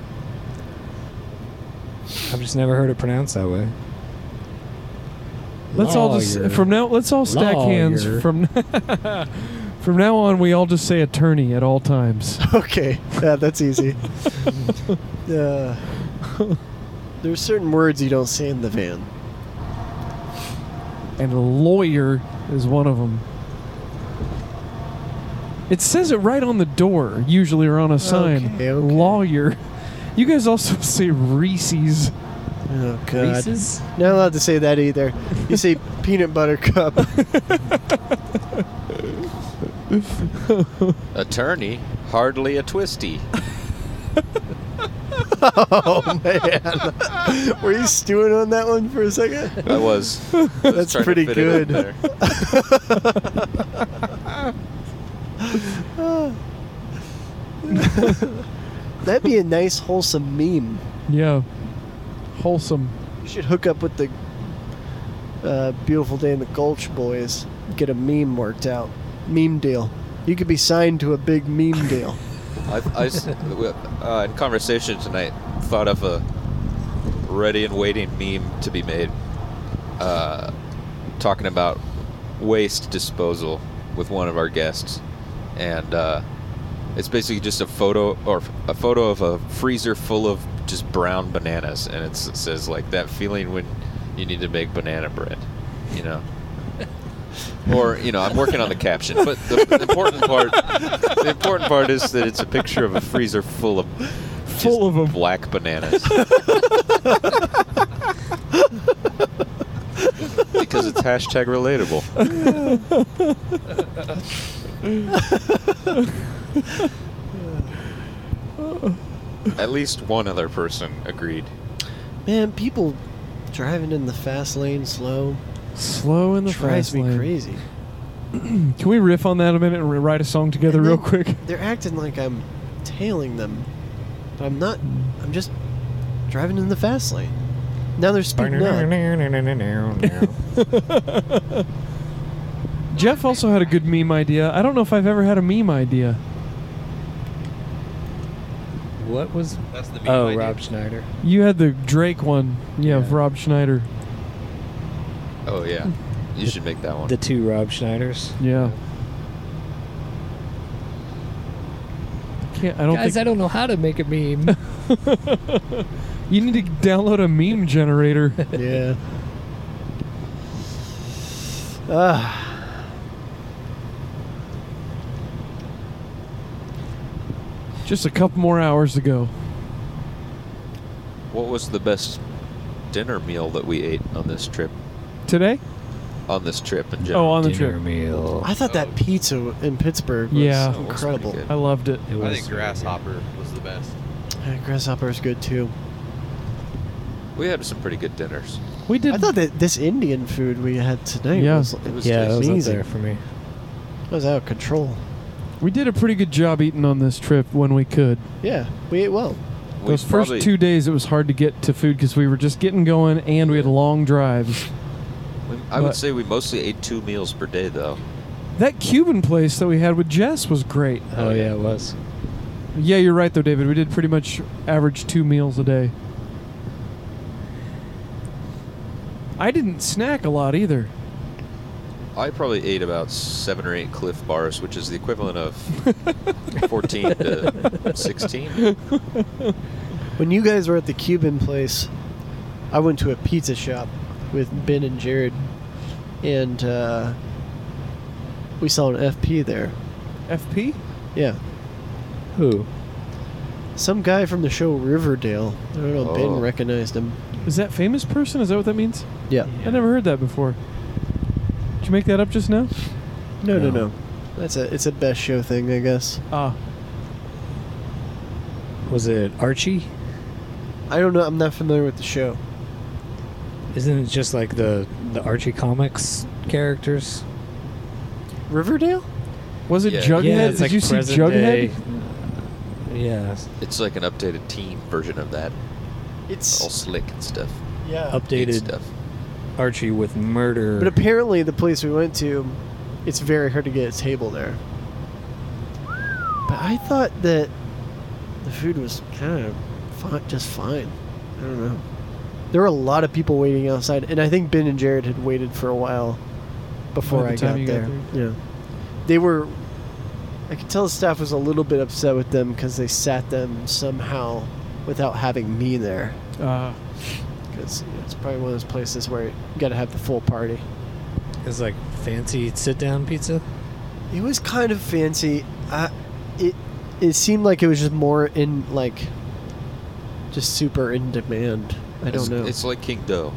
I've just never heard it pronounced that way. Let's all just Lawyer. from now. Let's all stack hands Lawyer. from [LAUGHS] from now on. We all just say attorney at all times. Okay, yeah, [LAUGHS] that's easy. uh, there's certain words you don't say in the van. and a lawyer is one of them. It says it right on the door, usually, or on a sign. Okay, okay. Lawyer. You guys also [LAUGHS] say Reese's. Oh God, Reese's? not allowed to say that either. You [LAUGHS] say peanut butter [LAUGHS] cup. Attorney, hardly a twisty. oh man, were you stewing on that one for a second? I [LAUGHS] was. I was That's trying to pretty fit it in good. there. That'd be a nice wholesome meme. Yeah. Wholesome. You should hook up with the uh, beautiful day in the Gulch boys. Get a meme worked out. Meme deal. You could be signed to a big meme deal. I, I s- w- uh, in conversation tonight, thought of a ready and waiting meme to be made, uh, talking about waste disposal with one of our guests, and uh, it's basically just a photo or f- a photo of a freezer full of just brown bananas, and it's, it says like that feeling when you need to make banana bread, you know. Or you know, I'm working on the caption, but the, the important part, the important part is that it's a picture of a freezer full of, just Full of 'em. black bananas. because it's hashtag relatable. At least one other person agreed. [LAUGHS] Man, people driving in the fast lane slow Slow in the drives fast me lane. crazy. Can we riff on that a minute and we write a song together And [LAUGHS] real then quick? They're acting like I'm tailing them, but I'm not. I'm just driving in the fast lane. Now they're speeding up. [LAUGHS] Jeff also had a good meme idea. I don't know if I've ever had a meme idea. what was? That's the meme Oh, idea. Rob Schneider. You had the Drake one, yeah, of Yeah. Rob Schneider. Oh yeah, you should make that one. The two Rob Schneiders. Yeah. Can't. I don't Guys, I think don't know how to make a meme. [LAUGHS] you need to download a meme [LAUGHS] generator. yeah. Ah, Just a couple more hours ago. What was the best dinner meal that we ate on this trip? Today? On this trip in Oh, general. on the Dinner trip. meal. I thought that pizza in Pittsburgh was Yeah. incredible. That was I loved it. It I was- uh, think grasshopper was the best. Yeah, Grasshopper is good too. uh, we had some pretty good dinners. We did. I thought that this Indian food we had tonight Yeah. was, It was Yeah, just it was up amazing. there for me. was out of control. we did a pretty good job eating on this trip when we could. Yeah, we ate well. we Those probably- first two days, it was hard to get to food because we were just getting going and we had long drives. we- I would but- say we mostly ate two meals per day though. That Cuban place that we had with Jess was great. Oh yeah, it was. Yeah, you're right though, David. We did pretty much average two meals a day. I didn't snack a lot either. I probably ate about seven or eight Cliff Bars, which is the [LAUGHS] equivalent of 14 to 16. When you guys were at the Cuban place, I went to a pizza shop with Ben and Jared, and uh, we saw an FP there. FP? Yeah, Who? some guy from the show Riverdale. I don't know. Oh. Ben recognized him. Is that famous person? Is that what that means? Yeah. I never heard that before. Did you make that up just now? No, no, No. no. That's a it's a best show thing, I guess. Ah, Was it Archie? I don't know. I'm not familiar with the show. Isn't it just like the the Archie comics characters? Riverdale? was it Yeah. Jughead? Yeah, did it's like you see present Jughead? day. Yeah, It's like an updated teen version of that, all It's slick and stuff. yeah. Neat updated stuff. Archie with murder. But apparently, the place we went to, it's very hard to get a table there. But I thought that the food was kind of fine, just fine. I don't know. There were a lot of people waiting outside, and I think Ben and Jared had waited for a while before By the I time got you got there. Yeah, they were. I could tell the staff was a little bit upset with them because they sat them somehow without having me there. Ah, Because it's probably one of those places where you got to have the full party. it's like fancy sit down pizza. It was kind of fancy. I, it it seemed like it was just more in like just super in demand. I don't it's, know. It's like King Doe.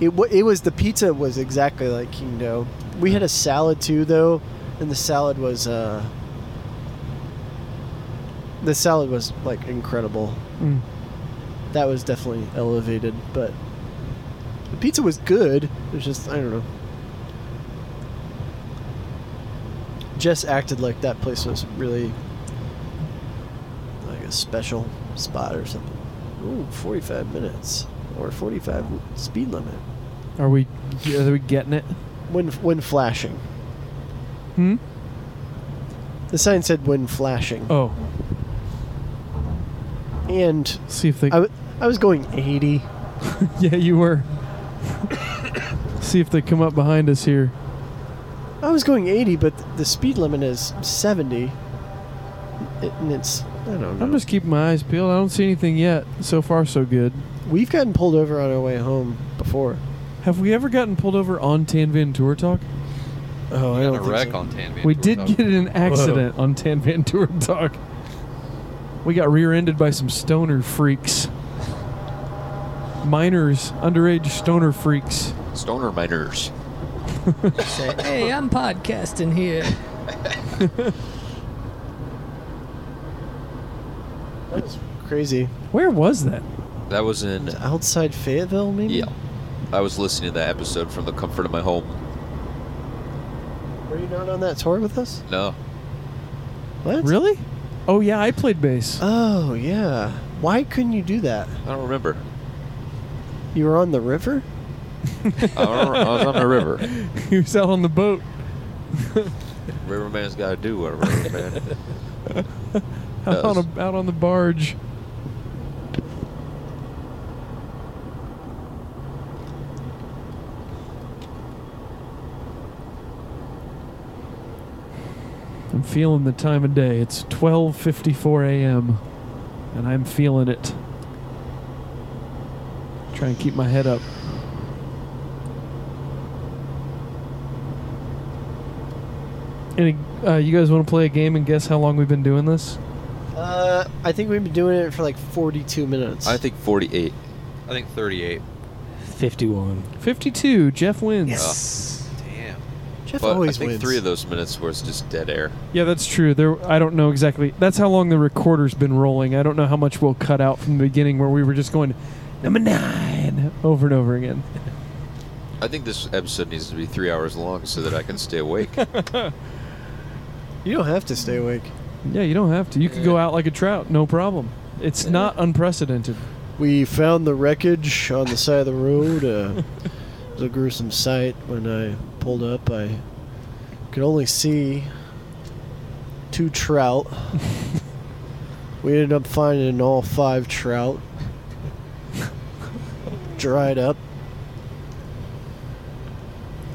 it wa- it was the pizza was exactly like King Do. We had a salad too though, and the salad was uh the salad was like incredible. mm. That was definitely elevated, but the pizza was good. It was just I don't know. Jess acted like that place was really like a special spot or something. Ooh, 45 minutes or 45 speed limit are we? Are we getting it? when when flashing. Hmm. The sign said when flashing, Oh, and see if they. I, w- I was going 80. [LAUGHS] yeah, you were. see if they come up behind us here. I was going 80, but th- the speed limit is 70. It- and it's I don't know. I'm just keeping my eyes peeled. I don't see anything yet. So far, so good. We've gotten pulled over on our way home before. Have we ever gotten pulled over on Tan Van Tour Talk? Oh, I Got don't a wreck on Tan Van we Tour did Talk. get in an accident on Tan Van Tour Talk. We got rear-ended by some stoner freaks. Minors, underage stoner freaks. Stoner Miners. Say, hey, I'm podcasting here. That was crazy. Where was that? That was in Outside Fayetteville, maybe. yeah. I was listening to that episode from the comfort of my home. Were you not on that tour with us? No, What? Really? Oh yeah, I played bass. [LAUGHS] Oh yeah. Why couldn't you do that? I don't remember. You were on the river. I, don't remember. I was on the river. he was out on the boat. Riverman's got to do what a riverman. out, on Does. a, out on the barge. I'm feeling the time of day. It's 12:54 a.m. and I'm feeling it. Try and keep my head up. Any, uh, you guys want to play a game and guess how long we've been doing this? Uh, I think we've been doing it for like 42 minutes. I think 48. I think 38. 51. 52. Jeff wins. Uh, Damn. Jeff But I always think wins. three of those minutes was just dead air. Yeah, that's true. There, I don't know exactly. That's how long the recorder's been rolling. I don't know how much we'll cut out from the beginning where we were just going number nine over and over again. I think this episode needs to be three hours long so that I can stay awake. You don't have to stay awake. Yeah, you don't have to. You could go out like a trout, no problem. It's not unprecedented. We found the wreckage on the side of the road. Uh, it was a gruesome sight. When I pulled up, I could only see two trout. we ended up finding all five trout, dried up.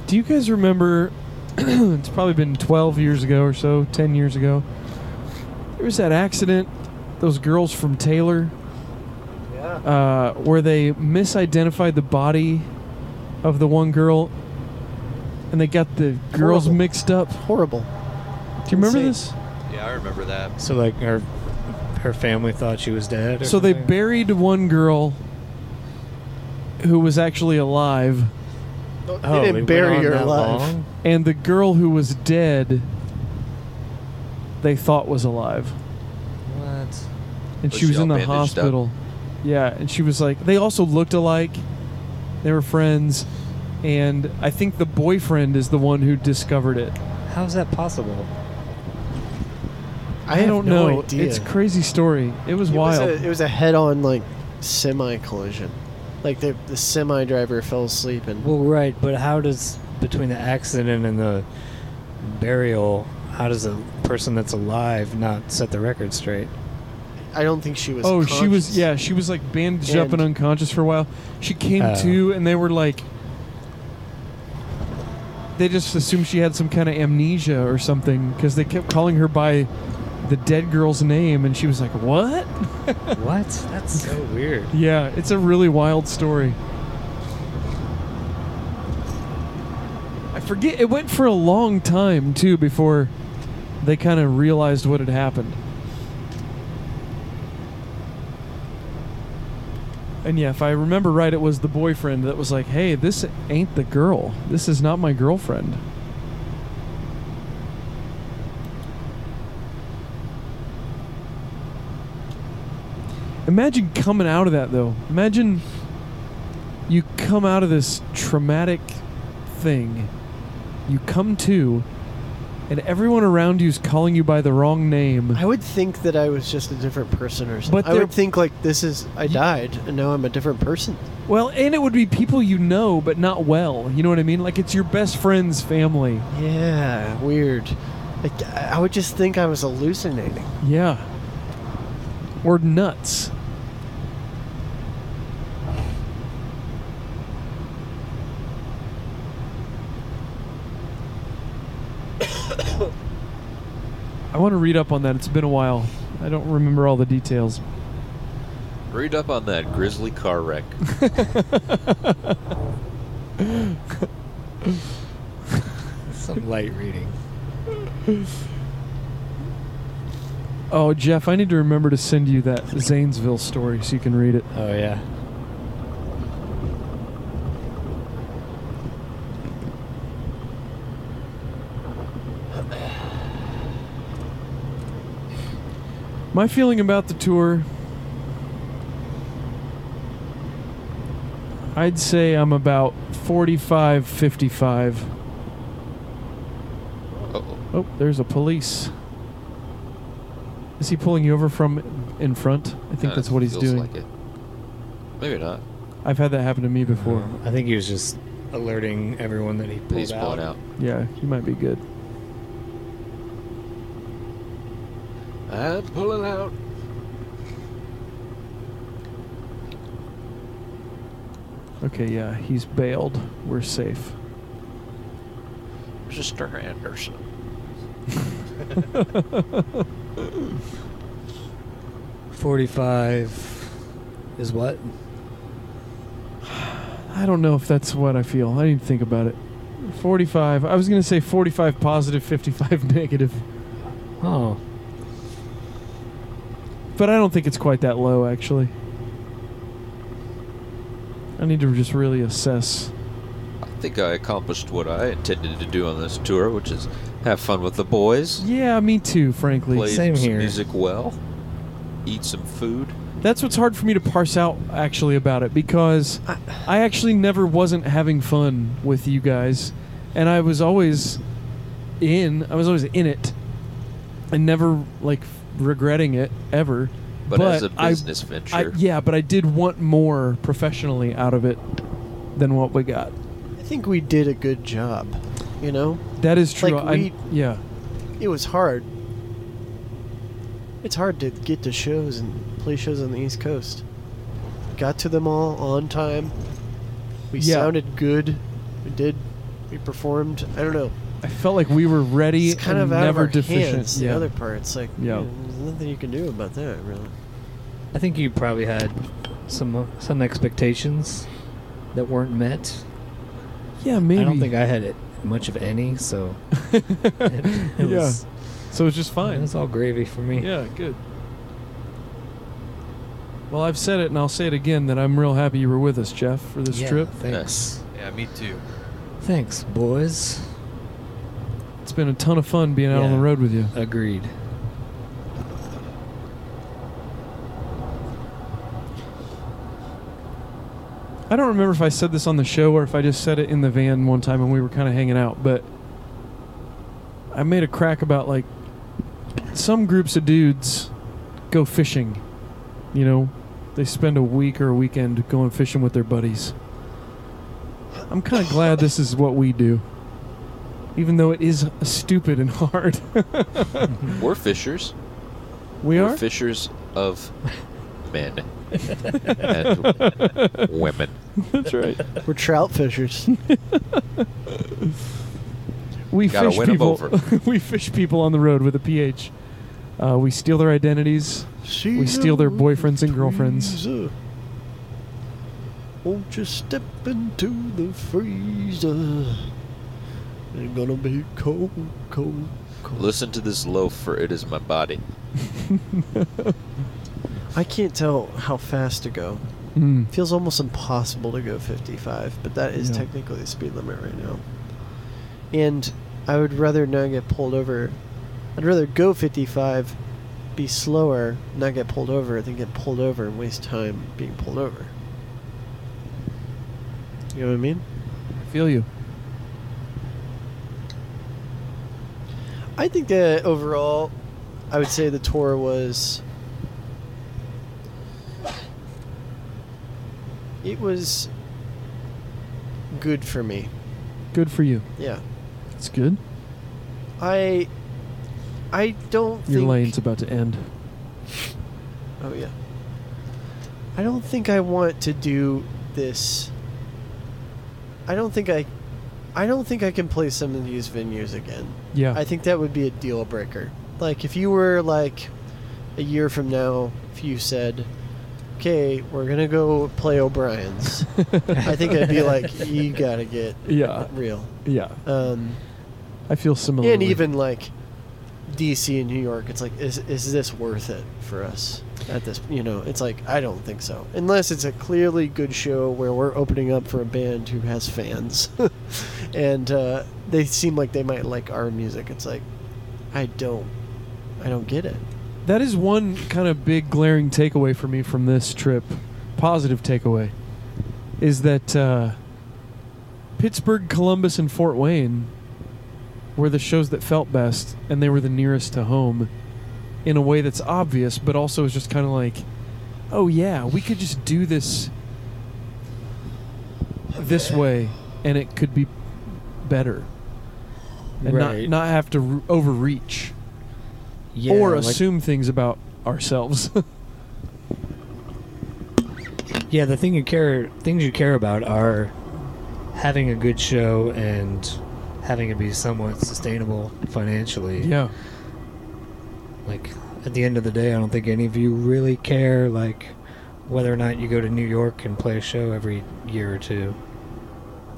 Do you guys remember? [CLEARS THROAT] it's probably been 12 years ago or so, 10 years ago. There was that accident. Those girls from Taylor, Yeah. uh, where they misidentified the body of the one girl, and they got the girls Horrible. mixed up. Do Horrible. you remember Insane. this? Yeah, I remember that. So, like, her, her family thought she was dead? or So they something? buried one girl who was actually alive, Oh, they didn't it went bury on her that alive. long? and the girl who was dead, they thought was alive. What? and Was she was she in all the bandaged up? hospital. Yeah, and she was like, they also looked alike. They were friends, and I think the boyfriend is the one who discovered it. How is that possible? I, have don't no know. Idea. It's a crazy story. It was It was, wild. a, it was a head-on like semi collision. Like the, the semi driver fell asleep and Well, right, but how does between the accident and the burial, how does a person that's alive not set the record straight? I don't think she was. oh, she was conscious. yeah, she was like bandaged up and And- unconscious for a while. She came Oh. to, and they were like, they just assumed she had some kind of amnesia or something because they kept calling her by the dead girl's name, and she was like, "What?" what? That's so weird. Yeah, it's a really wild story. I forget it went for a long time too before they kind of realized what had happened. And yeah, if I remember right, it was the boyfriend that was like, "Hey, this ain't the girl. This is not my girlfriend." Imagine coming out of that though. Imagine you come out of this traumatic thing. You come to and everyone around you is calling you by the wrong name. I would think that I was just a different person or something. But But I they're- would think like this is I died and now I'm a different person. Well, and it would be people you know but not well. You know what I mean? Like it's your best friend's family. Yeah, weird. Like I I would just think I was hallucinating. Yeah. Or nuts. [COUGHS] I want to read up on that. It's been a while. I don't remember all the details. Read up on that grizzly car wreck. Some light reading. Oh, Jeff, I need to remember to send you that Zanesville story so you can read it. Oh yeah. My feeling about the tour I'd say I'm about 45 55. Uh-oh. Oh, there's a police. Is he pulling you over from in front? I think Uh, that's what he's feels doing. Like it. Maybe not. I've had that happen to me before. Um, I think he was just alerting everyone that he pulled He's pulling out. Yeah, you might be good. I'm pulling out. Okay, yeah, he's bailed. We're safe. Mr. Anderson. Forty-five is what? I don't know if that's what I feel. I didn't think about it. 45. I was going to say 45 positive, 55 [LAUGHS] negative. Oh, But I don't think it's quite that low, actually. I need to just really assess. I think I accomplished what I intended to do on this tour, which is have fun with the boys, Yeah, me too, frankly. play same some here. music well, eat some food. That's what's hard for me to parse out, actually, about it, because I actually never wasn't having fun with you guys. And I was always in, I was always in it. And never, like, regretting it, ever. But, as a I- business venture, I, yeah, but I did want more professionally out of it than what we got. I think we did a good job. You know, That is true. Like, I, we- yeah, it was hard. It's hard to get to shows and play shows on the East Coast. Got to them all on time. We Yeah. sounded good. We did. We performed. I don't know. I felt like we were ready It's kind and of out never of our deficient. hands. yeah, The other parts, like, Yeah. yeah. there's nothing you can do about that, really. I think you probably had some some expectations that weren't met. yeah, maybe. I don't [LAUGHS] think I had it much of any, [LAUGHS] so it, it yeah, was so it's just it fine. was all gravy for me. Yeah, good. Well, I've said it, and I'll say it again that I'm real happy you were with us, Jeff, for this Yeah, trip. Thanks. Yeah, me too. Thanks, boys. It's been a ton of fun being out on Yeah. the road with you. Agreed. I don't remember if I said this on the show or if I just said it in the van one time and we were kind of hanging out, but I made a crack about like some groups of dudes go fishing. You know, they spend a week or a weekend going fishing with their buddies. I'm kind of glad this is what we do, even though it is stupid and hard. [LAUGHS] we're fishers. we we're are? fishers [LAUGHS] of men [LAUGHS] and women. That's right. We're trout [LAUGHS] fishers. We Gotta fish win 'em people. over. [LAUGHS] we fish people on the road with a PH. Uh, we steal their identities. We steal their boyfriends and girlfriends. Freezer. Won't you step into the freezer? It's gonna be cold, cold, cold. Listen to this loaf, for it is my body. I can't tell how fast to go. Mm. Feels almost impossible to go 55, but that is Yeah. technically the speed limit right now. And I would rather not get pulled over. I'd rather go 55, be slower, not get pulled over, than get pulled over and waste time being pulled over. You know what I mean? I feel you. I think that overall, I would say the tour was. It was good for me. Good for you. Yeah. It's good. I I don't Your think lane's about to end. Oh yeah. I don't think I want to do this. I don't think I I don't think I can play some of these venues again. Yeah. [LAUGHS] I think that would be a deal breaker. Like if you were like a year from now, if you said, "Okay, we're gonna go [LAUGHS] play O'Brien's," I think I'd be like, "You gotta get yeah. real." Yeah. Um, I feel similar. and even like DC and New York, it's like, is is this worth it for us at this? You know, it's like I don't think so, unless it's a clearly good show where we're opening up for a band who has fans, [LAUGHS] and uh, they seem like they might like our music. It's like I don't, I don't get it. That is one kind of big glaring takeaway for me from this trip, positive takeaway, is that uh, Pittsburgh, Columbus, and Fort Wayne were the shows that felt best, and they were the nearest to home in a way that's obvious, but also is just kind of like, oh yeah, we could just do this this way, and it could be better, and Right. not not have to r overreach Yeah, or like- assume things about ourselves. [LAUGHS] Yeah, the thing you care things you care about are having a good show and having it be somewhat sustainable financially. yeah. Like at the end of the day, I don't think any of you really care like whether or not you go to New York and play a show every year or two.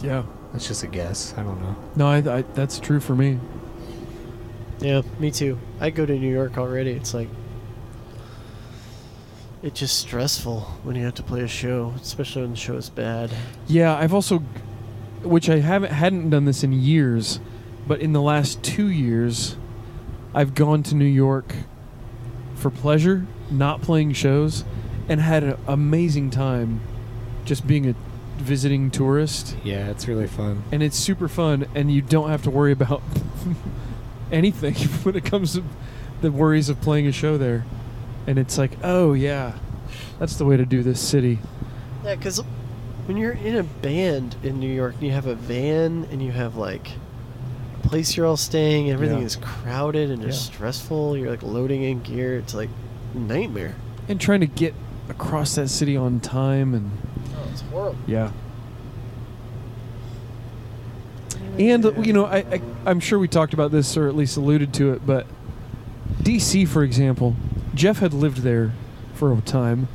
Yeah. That's just a guess. I don't know. No, I, I, that's true for me. Yeah, me too. I go to New York already. It's like it's just stressful when you have to play a show, especially when the show is bad. Yeah, I've also, which I haven't hadn't done this in years, but in the last two years, I've gone to New York for pleasure, not playing shows, and had an amazing time, just being a visiting tourist. Yeah, it's really fun. and it's super fun and you don't have to worry about [LAUGHS] anything [LAUGHS] when it comes to the worries of playing a show there and it's like oh yeah that's the way to do this city Yeah, because when you're in a band in New York and you have a van and you have like a place you're all staying, everything Yeah. is crowded and just Yeah. stressful. You're like loading in gear. It's like a nightmare. and trying to get across that city on time and Oh, it's horrible. yeah and you know I, I i'm sure we talked about this or at least alluded to it but dc for example jeff had lived there for a time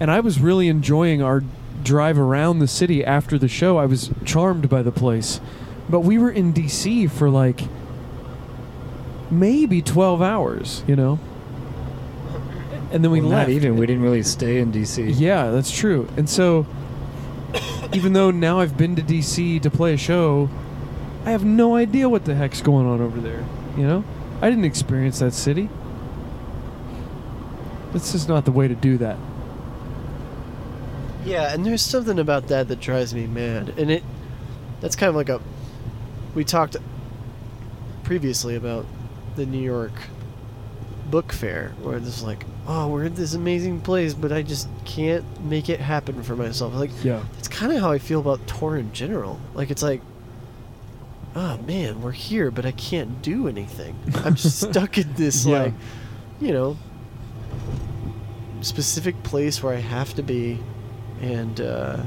and i was really enjoying our drive around the city after the show i was charmed by the place but we were in dc for like maybe 12 hours you know and then we Well, left Not even. We didn't really stay in DC. yeah, that's true. And so, even though now I've been to DC to play a show, I have no idea what the heck's going on over there. You know, I didn't experience that city. That's just not the way to do that. Yeah, and there's something about that that drives me mad, and it that's kind of like a we talked previously about the New York book fair where there's like oh we're at this amazing place but I just can't make it happen for myself like Yeah. that's kind of how I feel about tour in general like it's like oh man we're here but I can't do anything I'm just stuck in this Yeah. like you know specific place where I have to be and uh,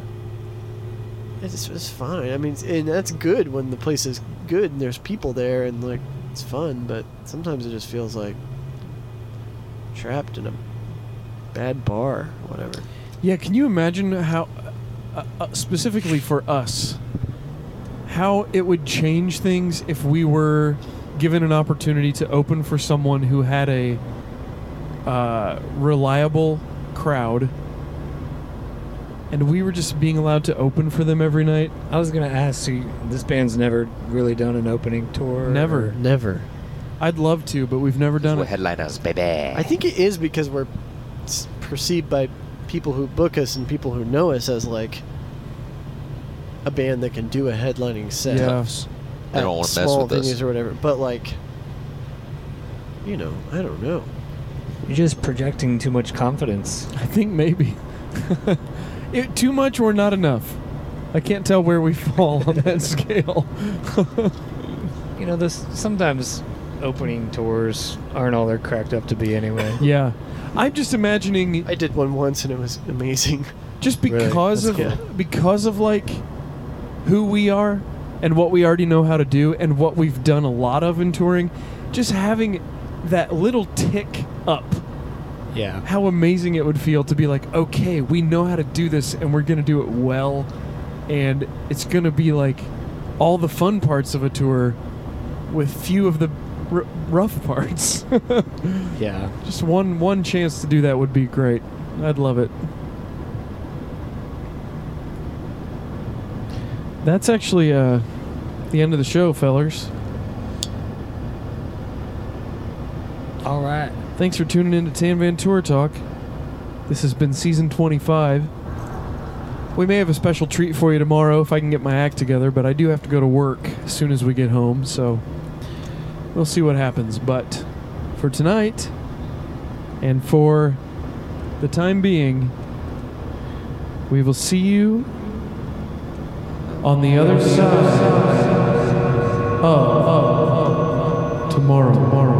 it's, it's fine. I mean, it's- and that's good when the place is good and there's people there and like it's fun. But sometimes it just feels like trapped in a bad bar, or whatever. Yeah, can you imagine how, uh, uh, specifically for us, how it would change things if we were given an opportunity to open for someone who had a uh, reliable crowd and we were just being allowed to open for them every night? I was gonna ask. So you, this band's never really done an opening tour. Never. or- Never. I'd love to, but we've never done We're it. headliners, baby. I think it is because we're s- perceived by people who book us and people who know us as like a band that can do a headlining set. Yeah. They don't at wanna mess small with us. venues or whatever. But like, you know, I don't know. You're just projecting too much confidence. I think maybe. [LAUGHS] it, too much or not enough. I can't tell where we [LAUGHS] fall on that scale. You know, this sometimes opening tours aren't all they're cracked up to be anyway. yeah. I'm just imagining I did one once and it was amazing. [LAUGHS] just Really? because That's of cool. because of like who we are and what we already know how to do and what we've done a lot of in touring just having that little tick up [LAUGHS] Yeah. how amazing it would feel to be like okay we know how to do this and we're gonna do it well and it's gonna be like all the fun parts of a tour with few of the r- rough parts [LAUGHS] Yeah. just one one chance to do that would be great i'd love it that's actually uh the end of the show fellers All right. Thanks for tuning in to Tan Van Tour Talk. This has been season 25. We may have a special treat for you tomorrow if I can get my act together, but I do have to go to work as soon as we get home, so we'll see what happens. But for tonight, and for the time being, we will see you on the other side of tomorrow. tomorrow.